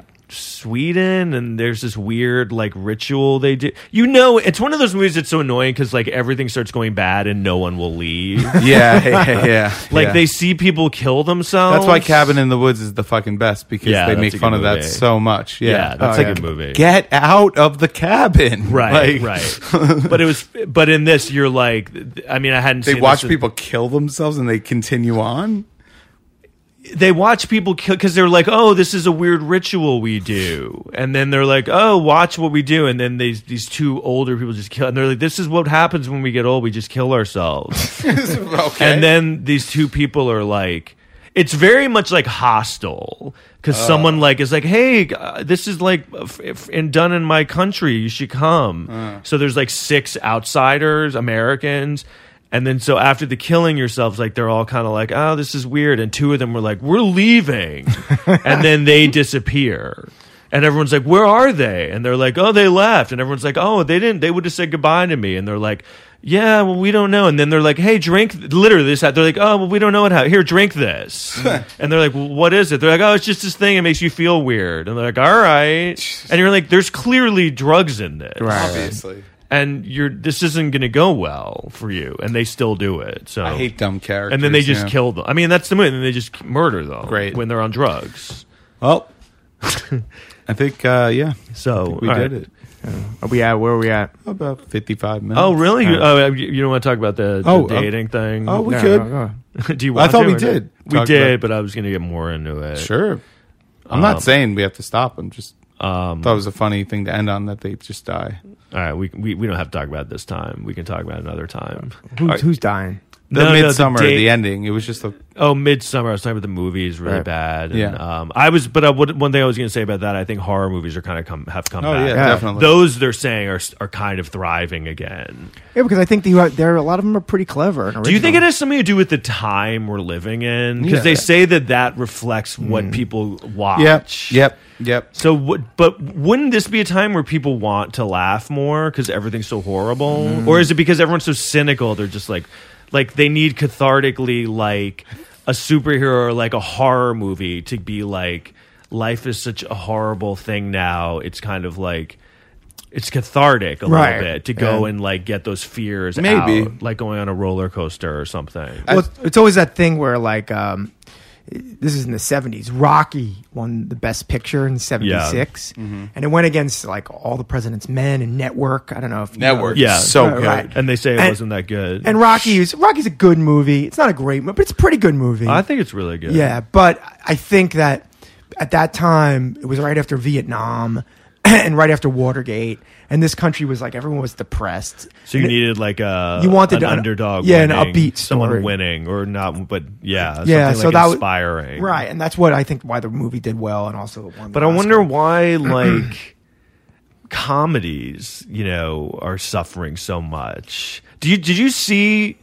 Sweden and there's this weird like ritual they do. You know, it's one of those movies that's so annoying because like everything starts going bad and no one will
(laughs)
leave.
Yeah,
(laughs)
yeah, yeah.
like
yeah.
they see people kill themselves.
That's why Cabin in the Woods is the fucking best because
Yeah,
they
that's
make
a
fun
good
of that
movie.
so much. Yeah,
Yeah, that's
Oh,
a good movie.
Get out of the cabin.
(laughs) Right,
Like, (laughs)
right. but it was, but in this, you're like, I mean, I hadn't.
They
seen
watch
this-
people kill themselves and they continue on.
They watch people kill because they're like, oh, this is a weird ritual we do, and then they're like, oh, watch what we do, and then these these two older people just kill, and they're like, this is what happens when we get old, we just kill ourselves,
okay.
and then these two people are like. It's very much like hostile because someone like is like, "Hey, uh, this is like f- f- and done in my country. You should come." So there's like six outsiders, Americans, and then so after the killing yourselves, like they're all kind of like, "Oh, this is weird," and two of them were like, "We're leaving," and then they disappear. And everyone's like, "Where are they?" And they're like, "Oh, they left." And everyone's like, "Oh, they didn't. They would have said goodbye to me." And they're like, "Yeah, well, we don't know." And then they're like, "Hey, drink." Literally, this. They're like, "Oh, well, we don't know what. happened. Here, drink
(laughs)
this." and they're like, well, "What is it?" They're like, "Oh, it's just this thing. It makes you feel weird." And they're like, "All right." And you're like, "There's clearly drugs in this,
Obviously.
and you're this isn't going to go well for you." And they still do it. So
I hate dumb characters.
And then they just
yeah.
kill them. I mean, that's the movie. And then they just murder them
Great.
when they're on drugs. (laughs)
Well, Oh. I think, uh, yeah,
So
we
all
did
right.
it.
Are we at? Where are we at?
About 55 minutes.
Oh, really? You,
Uh,
oh, you you don't want to talk about the, the
Oh, uh,
dating thing?
oh, we
No,
could.
no, go
(laughs)
on.
do you
I
want
thought
to
we
or no?
did
We
talk
did, but I was going to get more into it.
Sure. I'm
Um,
not saying we have to stop. I'm just
Um,
thought it was a funny thing to end on that they just die.
all right, we, we we don't have to talk about it this time. We can talk about it another time.
Who's, who's dying?
The
No, no, the
midsummer,
date-
the ending. It was just a
Oh, Midsummer. I was talking about the movies really
Right.
bad. And,
Yeah.
Um, I was, but I, would- one thing I was going to say about that, I think horror movies are kind of come have come
oh yeah,
back.
definitely.
Those they're saying are are kind of thriving again.
Yeah, because I think the, there are a lot of them are pretty clever. and
Do you think it
original.
has something to do with the time we're living in? Because
Yeah. Hmm.
they say that that reflects what people watch.
Yep, yep, yep.
So, what, but wouldn't this be a time where people want to laugh more because everything's so horrible,
Mm.
or is it because everyone's so cynical? They're just like, like they need cathartically like a superhero or like a horror movie to be like, life is such a horrible thing now. It's kind of like. It's cathartic a
Right.
little bit to go
Yeah.
and like get those fears
Maybe.
out, like going on a roller coaster or something.
Well, it's- it's always that thing where like um, this is in the '70s. Rocky won the Best Picture in '76, and it went against like all the President's Men and Network. I don't know if you know.
Network.
Yeah.
So
Right,
good.
right.
and they say it
And-
wasn't that good.
And Rocky's Rocky's a good movie. It's not a great movie, but it's a pretty good movie.
I think it's really good.
Yeah, but I think that at that time it was right after Vietnam (clears throat) and right after Watergate, and this country was like everyone was depressed.
So you
And it-
needed like a
You wanted
an
an-
underdog,
yeah, an
winning,
upbeat story.
someone winning or not, but yeah,
Yeah,
something
so
like
that was-
inspiring,
right, and that's what I think why the movie did well, and also it won.
But
the
I wonder
Oscar. (clears throat)
why like comedies, you know, are suffering so much. Do you did you see?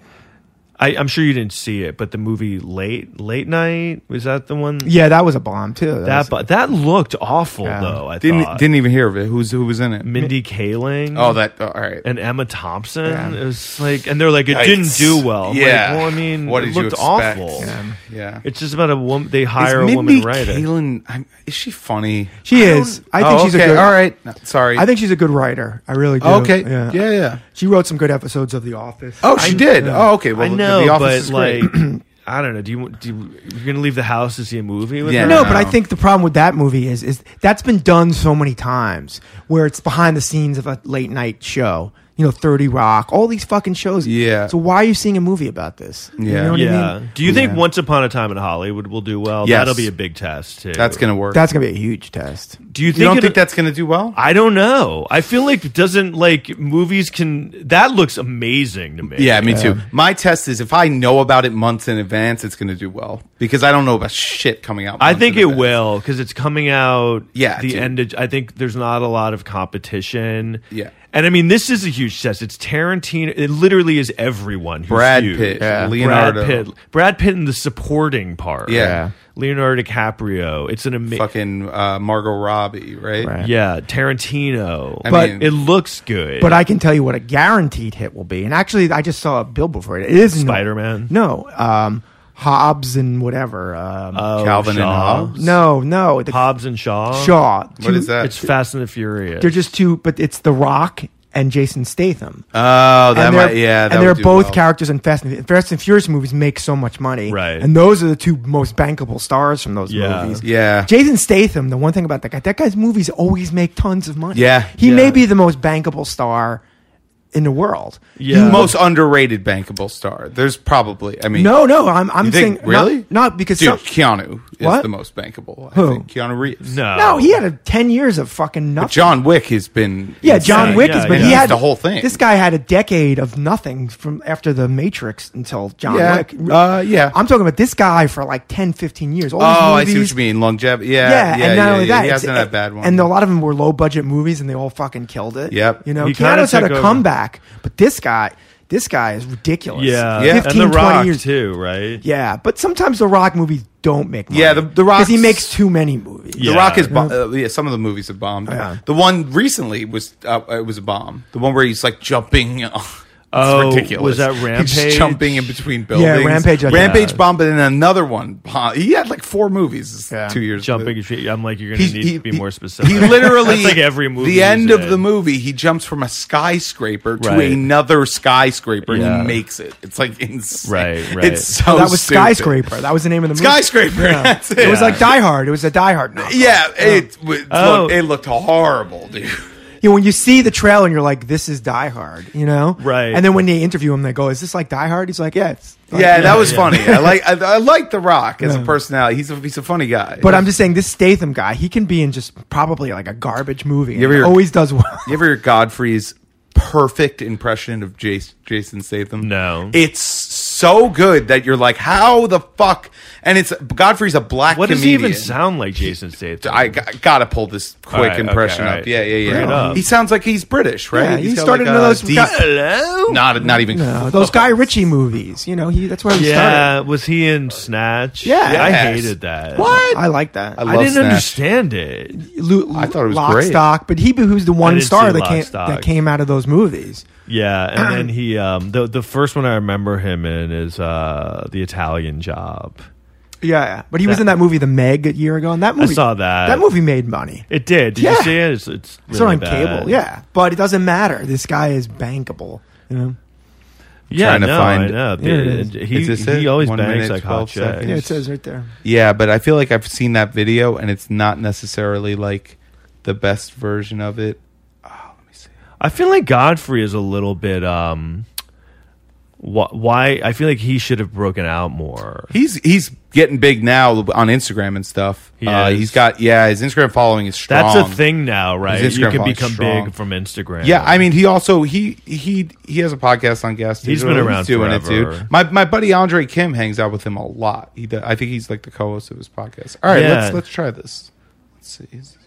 I, I'm sure you didn't see it, but the movie Late Late Night was that the one?
Yeah, that was a bomb too.
that
was-
but that looked awful
Yeah.
though. I
Didn't
thought
didn't even hear of it. Who's who was in it?
Mindy Kaling.
Oh, that. oh, all right.
and Emma Thompson.
Yeah.
It was like, and they're like, it
Yikes.
didn't do well. I'm
Yeah.
Like, well, I mean,
What
it
did you
looked
expect?
awful.
Yeah.
yeah.
It's just about a woman. They hire
Is
a woman
Mindy
writer.
Kaling- I'm- is she funny?
she is. I think
Oh,
she's
okay,
a good.
All right. No, sorry.
I think she's a good writer. I really do.
Okay. Yeah. yeah.
She wrote some good episodes of The Office.
Oh, she did. Oh, okay. Well,
I
the-
know,
the
but
office is great.
like, I don't know. Do you want- do you, you're gonna leave the house to see a movie with
Yeah.
her?
No.
No, but I think the problem with that movie is is that's been done so many times where it's behind the scenes of a late night show. You know, Thirty Rock, all these fucking shows.
Yeah.
So why are you seeing a movie about this? You
Yeah.
know what I
Yeah.
mean?
Do you think
Yeah.
Once Upon a Time in Hollywood will do well?
Yes.
That'll be a big test too.
that's gonna work.
That's gonna be a huge test.
Do you
you
think?
don't
it-
think that's gonna do well?
I don't know. I feel like doesn't like movies can. That looks amazing to me.
Yeah, me too. My test is if I know about it months in advance, it's gonna do well because I don't know about shit coming out.
I
months
think
in
it
advance.
will because it's coming out.
Yeah,
the
dude.
end. Of, I think there's not a lot of competition.
Yeah.
and I mean this is a huge test. It's Tarantino. It literally is everyone. Who's
Brad
huge.
Pitt,
Yeah.
Leonardo,
Brad Pitt. Brad Pitt in the supporting part.
Yeah.
Leonardo DiCaprio. It's an amazing.
fucking uh, Margot Robbie, right?
Right.
Yeah, Tarantino.
I
But-
mean,
it looks good.
But I can tell you what a guaranteed hit will be. And actually, I just saw a billboard for it. It is
Spider-Man?
No, um, Hobbs and whatever. Um,
Calvin and
Oh, Shaw.
Hobbes.
no, no, the
Uh, Hobbs and Shaw.
Shaw.
What
Two-
is that?
It's Fast and the Furious.
They're just two, but it's The Rock and Jason Statham.
Oh, that
and
might
they're,
yeah. that
and they're
would do
both
well.
characters in Fast and, Fast and Furious movies make so much money,
Right.
And those are the two most bankable stars from those
Yeah.
movies.
Yeah.
Jason Statham. The one thing about that guy, that guy's movies always make tons of money.
Yeah.
he
Yeah.
may be the most bankable star in the world.
yeah.
Most underrated bankable star. There's probably. I mean,
No, no, I'm I'm
You
saying
think- really?
not, not because
dude,
some-
Keanu is
What?
the most bankable. I
Who?
think Keanu Reeves.
no.
no, he had a ten years of fucking nothing.
John Wick has been.
Yeah, John
Yeah,
Wick
yeah,
is, but
yeah.
he had
That's the whole thing.
This guy had a decade of nothing from after the Matrix until John
Yeah,
Wick.
uh, yeah.
I'm talking about this guy for like 10, 15 years. All
Oh, I
his
see what
movies-
you mean. Longevity. Yeah,
Yeah,
yeah,
and not
yeah,
only
yeah.
that,
he
it's-
hasn't had a bad one.
And a lot of them were low budget movies, and they all fucking killed it.
Yep.
You know,
He kinda
Keanu's had
took
a
over.
comeback, but this guy, this guy is ridiculous.
Yeah.
Yeah.
And The
15, 20
Rock
years.
too, right?
Yeah, but sometimes the Rock movies don't make money.
Yeah, The- The Rock's-
because he makes too many movies.
Yeah.
The Rock is bom- uh, yeah. Some of the movies have bombed.
Mm-hmm. Yeah.
The one recently was uh, it was a bomb. The one where he's like jumping. (laughs) it's
Oh,
ridiculous.
was that
He's
Rampage?
just jumping in between buildings.
Rampage, I think.
Rampage
Yeah.
bombed, but then another one. bombed. He had like four movies.
Yeah.
Two years
Jumping. I'm like, you're gonna
He's-
need to be more specific. (laughs)
He literally
That's like every movie.
The
he's
end
in.
of the movie, he jumps from a skyscraper to
Right.
another skyscraper
Yeah.
and he makes it. It's like insane.
Right, right.
It's so
that was
Oh, stupid.
skyscraper. That was the name of the movie.
Skyscraper. That's it.
It was like Die Hard. It was a Die Hard. Novel.
Yeah, it, it,
Oh.
looked, it looked horrible,
(laughs)
dude.
you know, when you see the trailer and you're like, this is Die Hard, you know?
Right.
And then when they interview him, they go, is this like Die Hard? He's like, yeah, it's. like-"
yeah, that was funny.
(laughs)
I like I, I like The Rock as a personality. He's a he's a funny guy.
But I'm just saying, this Statham guy, he can be in just probably like a garbage movie.
You ever
and
hear-
always does well. (laughs)
you ever hear Godfrey's perfect impression of Jace, Jason Statham?
No.
it's so good that you're like, how the fuck? And it's Godfrey's a black.
What does
comedian.
he even sound like, Jason Statham?
I g- gotta pull this quick
All right,
impression
okay, all
up.
right.
Yeah, yeah,
Bring it
yeah.
up.
He sounds like he's British, right?
Yeah,
He's
he
got
started
like
into
a
those
deep-
guy-
Hello.
not not even
No, those Guy Ritchie movies, you know, he that's where he
Yeah.
started.
Was he in Snatch?
Yeah.
I
Yes.
hated that.
What?
I like that.
I
I
love
didn't
Snatch.
understand it.
Lu-
I thought it was
Lock,
great.
Stock, but he who's the one
didn't see
star that
Lock,
came,
Stock.
that came out of those movies.
Yeah, and then
(clears throat)
he um the the first one I remember him in is uh the Italian Job.
Yeah, but he was
That-
in that movie The Meg a year ago, and that movie
saw that.
That movie made money.
It did. Did
Yeah.
you see it? It's, it's
It's
really
on
bad.
cable, yeah. But it doesn't matter. This guy is bankable. You know?
yeah.
Trying to
no,
find-
I know.
Yeah, it is.
He,
Is this
he
it?
always
One
bangs
minute,
like hot
12 seconds.
Yeah,
checks.
it says right there.
Yeah, but I feel like I've seen that video, and it's not necessarily like the best version of it.
I feel like Godfrey is a little bit um wh- why I feel like he should have broken out more.
He's he's getting big now on Instagram and stuff.
He
uh,
is.
he's got yeah, his Instagram following is strong.
That's a thing now, right?
His
You
Instagram
can
following's
become
strong.
big from Instagram.
Yeah, I mean, he also he he he has a podcast on Gas.
He's
Digital.
been around forever.
My my buddy Andre Kim hangs out with him a lot. He do- I think he's like the co-host of his podcast. All right,
Yeah.
let's let's try this. Let's see. Is-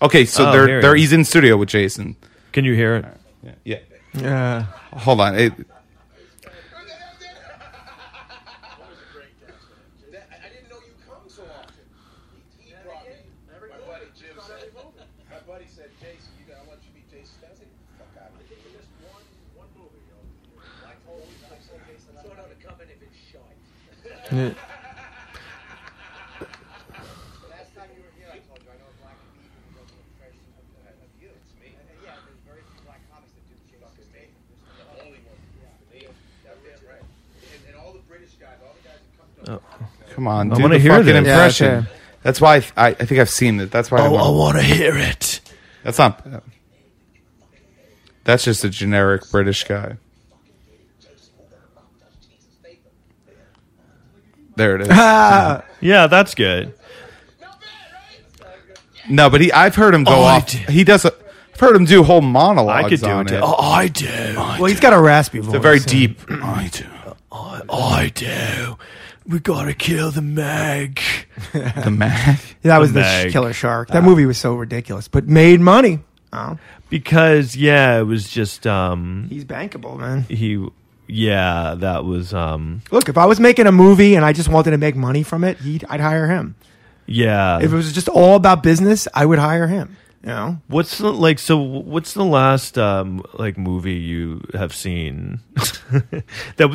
Okay, so
Oh,
they're
here
they're
he
he's in studio with Jason.
Can you hear it?
Yeah, yeah.
Yeah.
hold on. It-
That, I I didn't know you come so often. He, he brought me. My buddy Jim said. My buddy said, Jason, you got. I want you to meet Jason. I said, fuck out of here. Just one, one movie, yo. I told him, I said, Jason, I don't to come in if it's shite.
(laughs)
Last time you were here, I told you I know a black comedian who does an impression of, uh, of, of you. It's me. And, yeah, there's very few black comics that do Jason. Fucking me. The only one. Yeah. That's right. And, and all the British guys, all the guys that come to.
come on,
I
do
wanna
the
hear
fucking
this. Yeah,
impression.
okay.
That's why I, I I think I've seen it. That's why
Oh,
I want.
to hear it.
That's not. That's just a generic British guy. There it
(laughs)
is.
Ah,
Yeah, that's good.
No, but he. I've heard him go
Oh, I
off.
did.
He does. A, I've heard him do whole monologues.
I could do
on
it. Oh, I do.
well, he's got a raspy voice.
They're very
so-
(clears throat)
deep. I do.
I, Oh, I do. We gotta kill the Meg.
The Mac.
Yeah, That was the,
Meg.
sh Killer Shark.
Uh,
That movie was so ridiculous, but made money. Oh,
Because yeah, it was just um
he's bankable, man.
he yeah, that was um
Look, if I was making a movie and I just wanted to make money from it, he'd, I'd hire him.
yeah.
If it was just all about business, I would hire him. You know,
What's the like? So, what's the last um like movie you have seen (laughs) that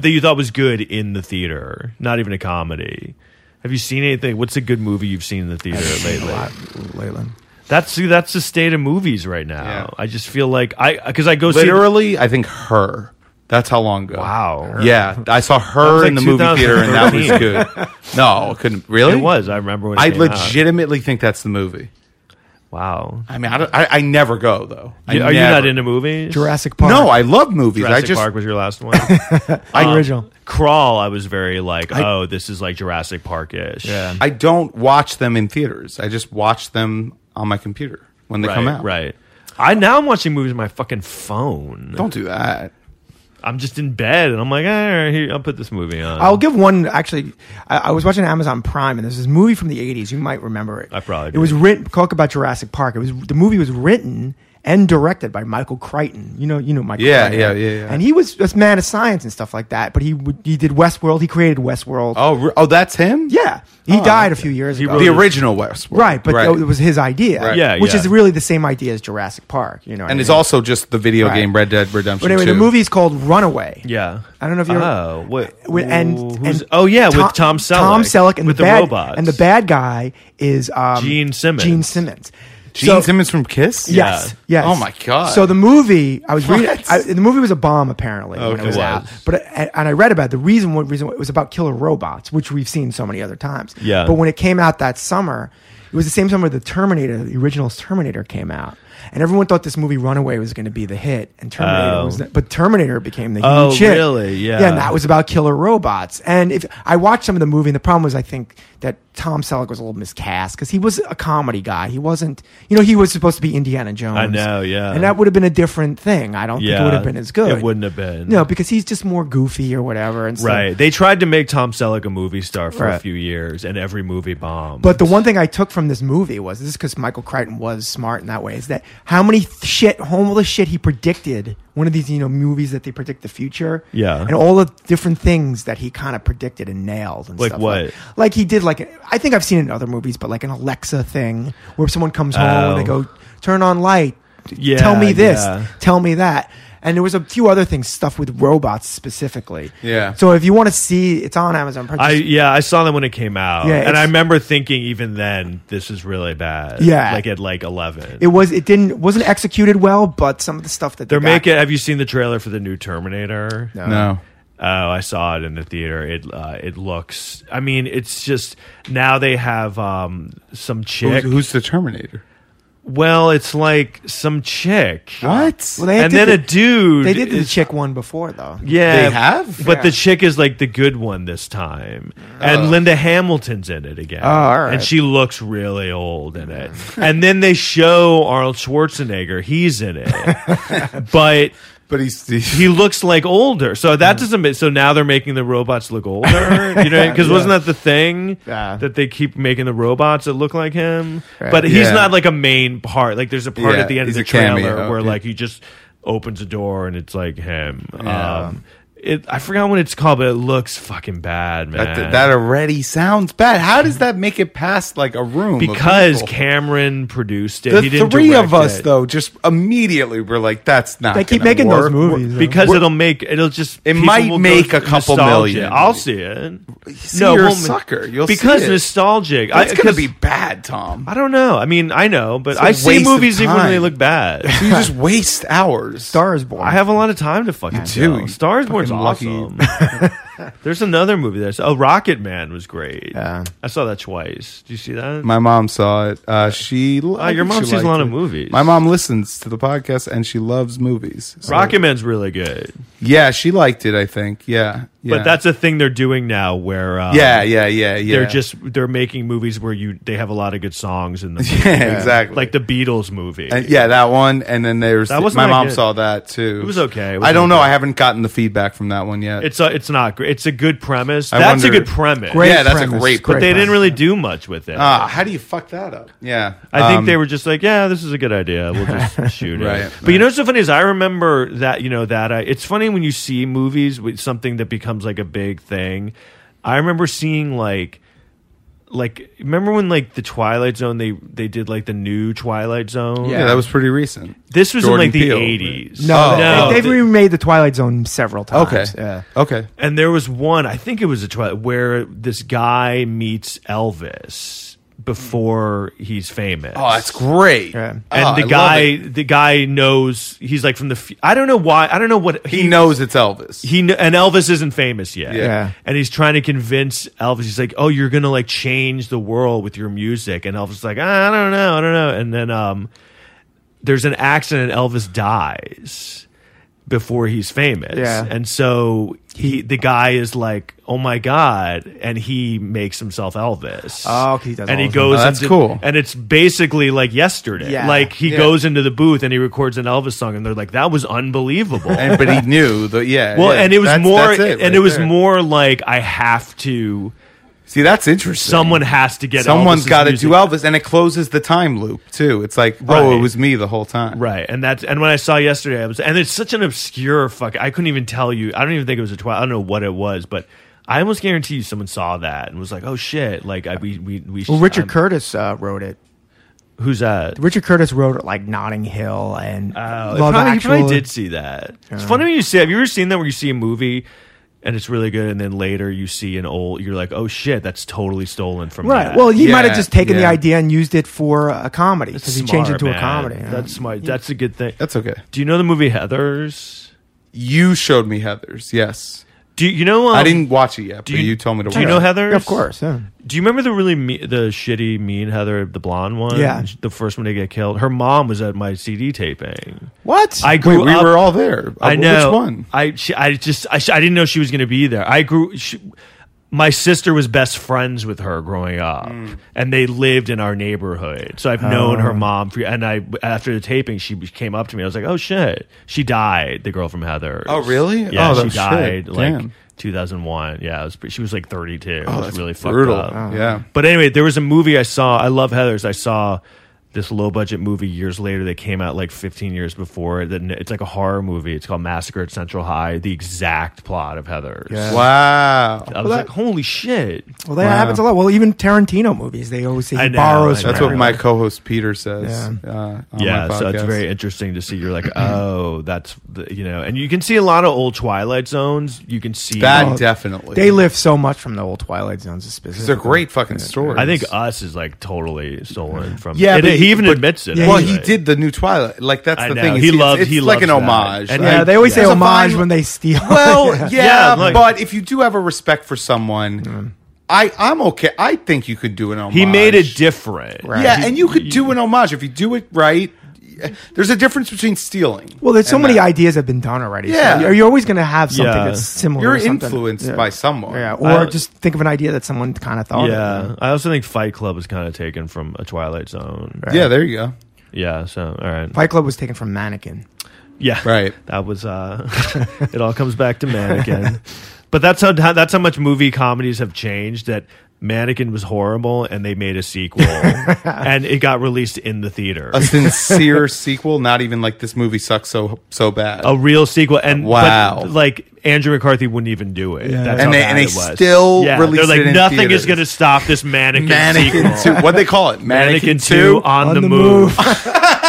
that you thought was good in the theater? Not even a comedy. Have you seen anything? What's a good movie you've seen in the theater
a
lately?
lot, Leyland.
That's see, that's the state of movies right now.
Yeah.
I just feel like I because I go see
(laughs) Literally, I think her. That's how long ago.
Wow.
Yeah, I saw
was
her
like
in the movie theater, and that was
2013.
good. No, it couldn't really.
It was. I remember when it
I
came out.
legitimately think that's the movie.
Wow.
I mean, I, don't, I, I never go though. I
Are you not
never-
into movies?
Jurassic Park.
No, I love movies.
Jurassic
I just
Park was your last one.
(laughs)
Um,
I, original.
Crawl. I was very like, oh, this is like Jurassic Park ish.
Yeah.
I don't watch them in theaters. I just watch them on my computer when they
right,
come out.
Right. I now I'm watching movies on my fucking phone.
Don't do that.
I'm just in bed and I'm like, all right, here, I'll put this movie on.
I'll give one. Actually, I, I was watching Amazon Prime, and there's this movie from the '80s. You might remember it.
I probably
It was
do.
written. Talk about Jurassic Park. It was the movie was written and directed by Michael Crichton. You know, you know Michael.
Yeah,
Crichton.
yeah, yeah, yeah.
And he was a man of science and stuff like that. But he would- he did Westworld. He created Westworld.
Oh, re- oh, that's him.
yeah. He
Oh,
died a few years
He
ago.
wrote
the
it.
original Westworld.
Right, but it was his idea.
Right.
Yeah,
which
yeah.
is really the same idea as Jurassic Park. You know, what
and
I
it's
mean?
also just the video
Right.
game Red Dead Redemption.
But anyway,
2.
the movie's called Runaway.
yeah.
I don't know if you ever-
Oh, what?
With, and,
who's-
and
oh yeah, with Tom
Tom
Selleck.
Tom Selleck and
with
the, bad,
robots
and the bad guy is um,
Gene Simmons.
Gene Simmons.
Gene
So-
Simmons from Kiss.
Yes. Yes.
Oh my God.
So the movie I was reading,
What?
I, the movie was a bomb apparently when
Okay.
it was
It was.
out. But uh, and, and I read about it. the reason. What reason? It was about killer robots, which we've seen so many other times.
Yeah.
But when it came out that summer, it was the same summer the Terminator, the original Terminator, came out, and everyone thought this movie Runaway was going to be the hit, and Terminator
Oh.
was. The, but Terminator became the huge
Oh,
hit.
really? Yeah.
Yeah. And that was about killer robots. And if I watched some of the movie, and the problem was I think that Tom Selleck was a little miscast because he was a comedy guy. He wasn't. You know, he was supposed to be Indiana Jones.
I know, yeah.
And that would have been a different thing. I don't think
Yeah,
it would have been as good.
it wouldn't have been.
No, because he's just more goofy or whatever. And so-
Right. They tried to make Tom Selleck a movie star for a
Right.
few years, and every movie bombed.
But the one thing I took from this movie was this is because Michael Crichton was smart in that way is that how many th- shit, homeless shit he predicted. One of these, you know, movies that they predict the future.
Yeah.
And all the different things that he kind of predicted and nailed. And
Like
stuff
what?
Like, like he did, like, I think I've seen it in other movies, but like an Alexa thing where someone comes home
Oh.
and they go, turn on light.
Yeah,
tell me this.
yeah.
Tell me that. And there was a few other things, stuff with robots specifically.
Yeah.
So if you want to see, it's on Amazon. Prime.
I
Just-
yeah, I saw them when it came out,
Yeah,
and
it's-
I remember thinking even then, this is really bad.
Yeah.
like at like eleven.
It was. It didn't. Wasn't executed well, but some of the stuff that
They're
they got-
making. Have you seen the trailer for the new Terminator?
no.
Oh, I saw it in the theater. It uh, it looks. I mean, it's just now they have um some
Who's,
chick.
who's the Terminator?
well, it's like some chick.
What?
Well, they
and
did
then a
the-
dude.
They did the
is-
chick one before though.
Yeah,
They have?
but
Yeah. Oh.
the chick is like the good one this time, and Linda Hamilton's in it again. Oh,
all right. Mm.
and she looks really old in it. and then they show Arnold Schwarzenegger; he's in
(laughs)
it, but
but he's,
he looks like older. So
Hmm.
that doesn't. Make, so now they're making the robots look
(laughs)
older. You know, because wasn't that the thing
Yeah.
that they keep making the robots that look like him?
Right.
But he's
Yeah.
not like a main part. Like there's a part
Yeah,
at the end of
he's
the
a cameo,
trailer where
okay.
like he just opens a door and it's like him.
Yeah.
Um, it, I forgot what it's called, but it looks fucking bad, man.
that, that already sounds bad. How does that make it past like a room? of
because
people?
Cameron produced it. he
the
didn't
three of
direct
us
it.
though just immediately were like, that's not.
They keep
gonna
making
work.
those movies. though.
because it'll make it'll just
It
people
might
will go
make a
for
couple million.
I'll see it.
See, you're a
won't-
sucker. You'll see
because
it.
nostalgic.
That's
I,
gonna
'cause-
be bad, Tom.
I don't know. I mean, I know, but
It's a
I see
waste of
movies even when they
time.
look bad.
(laughs) you just waste hours.
Star is Born.
I have a lot of time to fucking
do.
kill. Star Wars
Fucking
awesome.
(laughs)
There's another movie that's oh Rocket Man was great.
Yeah.
I saw that twice. Did you see that?
My mom saw it. Uh, she. lo- I
Oh, your
think
mom
she
sees a
liked
lot of
it.
movies.
My mom listens to the podcast and she loves movies. So-
Rocket Man's really good,
Yeah, she liked it. I think. Yeah. yeah.
but that's a thing they're doing now where um,
Yeah, yeah, yeah, yeah.
they're just they're making movies where you they have a lot of good songs in them.
(laughs) yeah, (laughs) exactly
like the Beatles movie.
And yeah, that one, and then there's
That wasn't
my
that
mom
good.
saw that too.
It was okay. It was
I don't know.
okay.
I haven't gotten the feedback from that one yet.
It's a, it's not great. It's a good premise.
I
That's a
wonder-
good premise.
Great
yeah, that's a
premise.
great.
Great
But they
premise.
didn't really do much with it.
Ah, how do you fuck that up? Yeah,
I think
Um,
they were just like, yeah, this is a good idea. We'll
(laughs)
just shoot it.
Right,
but you know what's so funny is I remember that, you know, that I, it's funny when you see movies with something that becomes like a big thing. I remember seeing like like remember when like the Twilight Zone they they did like the new Twilight Zone.
Yeah, that was pretty recent.
This was
Jordan
in like the
Peele.
eighties.
No,
Oh.
they-
No,
they've
the-
remade the Twilight Zone several
Okay.
times. Yeah.
Okay.
And there was one, I think it was a Twilight, where this guy meets Elvis before he's famous.
Oh, that's great.
Yeah.
Oh,
And
I
the
love
guy,
it.
the guy knows he's like from the. f- I don't know why. I don't know what
he knows it's Elvis.
he kn- and Elvis isn't famous yet.
Yeah.
And he's trying to convince Elvis. He's like, "Oh, you're gonna like change the world with your music." And Elvis is like, "Ah, "I don't know, I don't know." And then um, there's an accident. Elvis dies before he's famous.
Yeah.
And so he, the guy, is like, "Oh my god!" And he makes himself Elvis.
Oh, 'cause he does
And
all
he
his-
goes.
Oh, that's
into-
cool.
And it's basically like yesterday.
Yeah.
Like he
Yeah.
goes into the booth and he records an Elvis song, and they're like, "That was unbelievable." (laughs)
and, but he knew the yeah.
Well,
yeah,
and it was
that's-
more,
that's
and
right
it was
there.
more like I have to.
See, that's interesting.
Someone has to get.
Someone's
Elvis's
got to
music.
do Elvis, and it closes the time loop too. It's like, oh,
Right.
it was me the whole time.
Right, and that's and when I saw yesterday, I was, and it's such an obscure fuck. I couldn't even tell you. I don't even think it was a twelve. I don't know what it was, but I almost guarantee you someone saw that and was like, "Oh shit!" Like I, we we we.
Well, Richard
um,
Curtis uh, wrote it.
who's that?
Richard Curtis wrote it like Notting Hill and
Oh,
Love
probably, you
Actually.
probably did see that. It's funny when you see. Have you ever seen that where you see a movie? And it's really good, and then later you see an old. You're like, "Oh shit, that's totally stolen from."
Right.
that."
Well, he might have
Yeah,
just taken the
yeah.
idea and used it for a comedy
That's
because he
smart,
changed it to a
man.
comedy. yeah.
That's smart. That's a good thing.
That's okay.
Do you know the movie Heather's?
You showed me Heather's. Yes,
Do you, you know? um,
I didn't watch it yet,
Do
but you told me to.
Do
watch
you know
it.
Heather's?
Yeah, of course. Yeah.
Do you remember the really me- the shitty mean Heather, the blonde one?
Yeah.
the first one to get killed. Her mom was at my CD taping.
What?
I
Wait,
grew
we
up.
were all there. Uh,
I know.
Which one?
I she, I just I, I didn't know she was going to be there. I grew. She, my sister was best friends with her growing up,
Hmm.
and they lived in our neighborhood. So I've known
Ah.
her mom for. And I after the taping, she came up to me. I was like, "Oh shit, she died." The girl from Heather.
Oh, really?
Yeah,
Oh,
she
that's shit.
died like
Damn. Oh,
2001. Yeah, it was, pre- she was like 32. it was
that's
really
brutal.
fucked up.
Yeah.
But anyway, there was a movie I saw. I love Heather's. I saw this low budget movie years later that came out like 15 years before. it, That it's like a horror movie. It's called Massacre at Central High. The exact plot of Heather's.
Wow.
I was like, holy shit!
well, that happens a lot. Well, even Tarantino movies, they always say
I
he
know,
borrows.
I
from
That's what
everyone.
my co-host Peter says. Uh, on
yeah,
my
so it's
podcast.
very interesting to see. You're
(clears throat)
like, oh, that's the, you know, and you can see a lot of old Twilight Zones. You can see
that definitely.
They lift so much from the old Twilight Zones, specifically.
These are great fucking stories.
I think us is like totally stolen from.
Yeah,
Yeah,
but
he
he-
even
but-
admits it.
Yeah,
well,
he-
he
anyway.
did the new Twilight. Like that's
I
the
know.
thing.
He
It's- it's-
loved-
It's,
he
like an
loves that.
homage.
And
Yeah,
Like,
they always
it's
say
a
homage
fine-
when they steal.
(laughs)
(laughs)
Well, yeah,
Yeah, like-
but if you do have a respect for someone, I I'm okay. I think you could do an homage.
He made it different. Right.
Yeah, and you could do an homage if you do it right. There's a difference between stealing.
Well, there's so
and
many
that.
ideas have been done already.
Yeah.
so you're, you're always going to have something
uh, Yeah.
that's similar.
You're
or something.
influenced
Yeah.
by someone.
yeah, or
I-
just think of an idea that someone kind of thought. of.
I also think Fight Club is kind of taken from a Twilight Zone.
Yeah, there you go.
Yeah. So all right.
Fight Club was taken from Mannequin.
Yeah.
Right.
(laughs) That was. uh It all comes back to Mannequin. (laughs) but that's how that's how much movie comedies have changed. That Mannequin was horrible, and they made a (laughs) sequel, and it got released in the theater.
A sincere sequel, not even like this movie sucks so so bad.
a real sequel. And but,
Wow.
like Andrew McCarthy wouldn't even do it. That's
And
how
they-
bad
and they
it was.
still
yeah,
released
They're like
it in
nothing
theaters."
is going to stop this mannequin,
Mannequin
sequel.
two. What they call it?
Mannequin two on, the, move.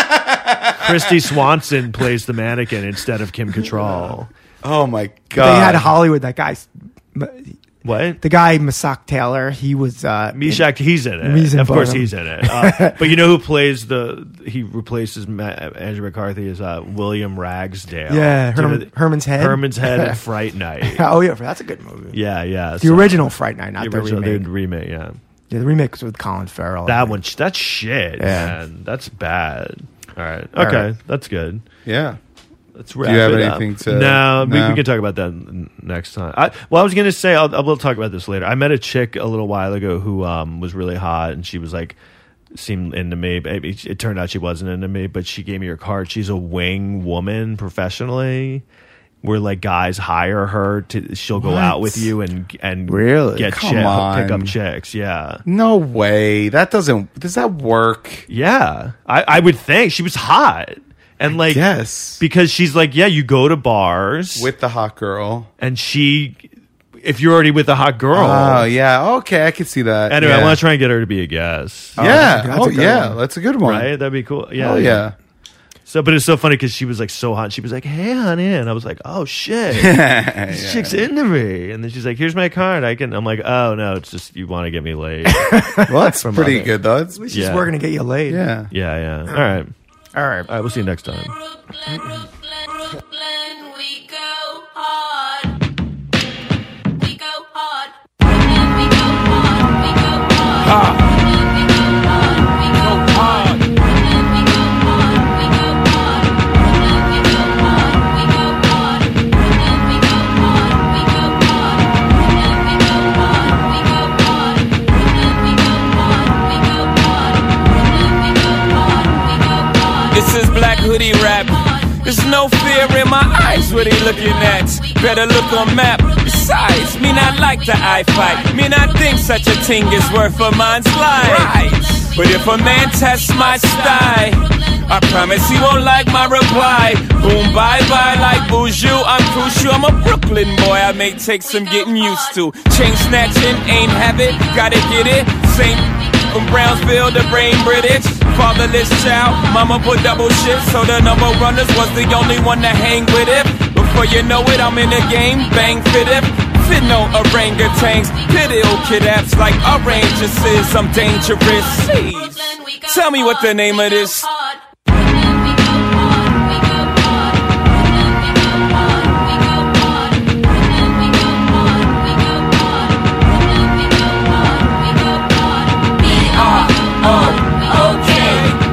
Christy Swanson plays the mannequin instead of Kim Cattrall.
Oh my
(laughs) They
god!
Uh.
had Hollywood. That guy,
What?
the guy Masak Taylor, he was uh,
Mishak, he's in it.
He's in
of course,
Barnum.
he's in
(laughs)
it. Uh, but you know who plays the? He replaces Ma- Andrew McCarthy as uh, William Ragsdale.
Yeah,
Do you
Herm-
know-
Herman's Head.
Herman's Head
(laughs)
at Fright Night.
Oh yeah, that's a good movie.
Yeah, yeah.
The original Fright Night, not the, remake.
The remake, yeah.
yeah, the remake was with Colin Farrell.
That one, that's shit,
Yeah.
man. That's bad. All right.
All
Okay,
right.
that's good.
yeah.
Let's wrap
you have
it
anything
up.
to-
No, We,
no?
we can talk about that n- next time. I, well, I was gonna say I'll, I will talk about this later. I met a chick a little while ago who um, was really hot, and she was like seemed into me. but It, it turned out she wasn't into me, but she gave me her card. She's a wing woman professionally. Where like guys hire her to, she'll go out with you and and
Really?
get
Come
chick, pick up
on.
chicks. Yeah,
No way. That doesn't. Does that work?
Yeah, I, I would think she was hot, and like
guess.
because she's like, yeah, you go to bars
With the hot girl.
and she if you're already with a hot girl.
Oh yeah, okay, I can see that.
Anyway,
yeah.
I want to try and get her to be a guest.
Yeah.
that's a- that's
Oh
a good
yeah,
one.
that's a good one.
Right? That'd be cool. Yeah.
Oh yeah.
So, but it's so funny because she was like so hot. She was like, "Hey, honey," and I was like, "Oh
(laughs)
shit, this chick's into me." And then she's like, "Here's my card. I can." I'm like, "Oh no, it's just you want to get me
(laughs)
laid."
Well, that's pretty
other-
good though. It's,
She's
Yeah.
working to get you laid.
yeah.
yeah, yeah. All right,
All right.
all right. We'll see you next time.
Brooklyn, Brooklyn, Brooklyn, we go hard. We go hard. Brooklyn, we go hard. We go hard. Brooklyn, we go hard. We go hard. Brooklyn, we go hard. We go hard. Brooklyn, we go hard. We go hard. Brooklyn, we go hard. We go hard. Brooklyn, we go hard. We go hard. Brooklyn, we go hard. We go hard. Brooklyn, we go hard. We go hard.
This is Black Hoodie Rap. There's no fear in my eyes, what he looking at? Better look on map. Besides, me not like the eye fight. Me not think such a thing is worth a man's life. But if a man tests my style, I promise he won't like my reply. Boom, bye bye, like Buju. I'm crucial. I'm a Brooklyn boy. I may take some getting used to. Chain snatching ain't habit. Gotta get it. Saint from Brownsville to Brain British. Fatherless child, mama put double shifts, so the number runners was the only one to hang with it. Before you know it, I'm in the game, bang fit it. Fit no orangutans, pit ill kid apps like oranges is. I'm dangerous. Jeez. Tell me what the name of this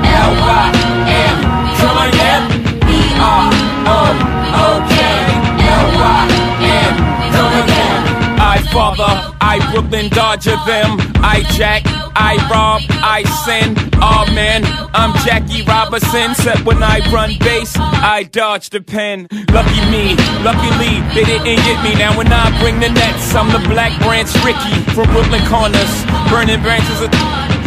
R-O-O-K-L-Y-M. Come on, yeah. B-R-O-O-K-L-Y-M. Come again. I father, I Brooklyn Dodger them. I jack, I rob, I sin. Oh man, I'm Jackie Robinson. Except when I run base, I dodge the pen. Lucky me, luckily, they didn't get me. Now when I bring the nets, I'm the black branch Ricky from Brooklyn Corners. Burning branches of.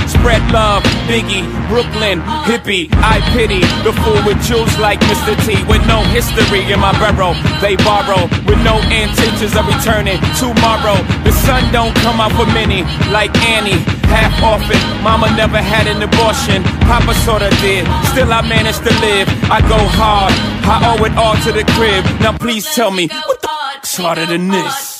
Spread love, Biggie, Brooklyn, hippie. I pity the fool with jewels like Mr. T. With no history in my barrow, they borrow. With no intentions of returning tomorrow. The sun don't come out for many, like Annie. Half orphan, mama never had an abortion. Papa sorta did, still I managed to live. I go hard, I owe it all to the crib. Now please tell me, what the f's harder than this?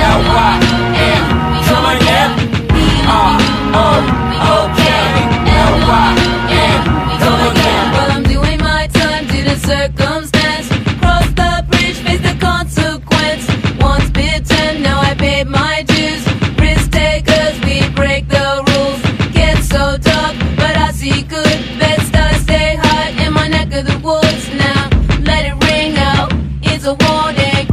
R-O-O-K-L-Y-M. Come on, yeah. B-R-O-O-K-L-Y-M. Come on, yeah.
Well, I'm doing my time due to circumstance. Cross the bridge, face the consequence. Once bitten, now I paid my dues. Risk takers, we break the rules. Get so dark, but I see good. Best I stay high in my neck of the woods now. Let it ring out, it's a warning.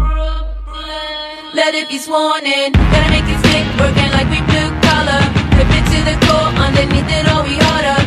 Let it be sworn in. Gotta make it stick, working like we blue collar. Flip it to the core, underneath it all we order.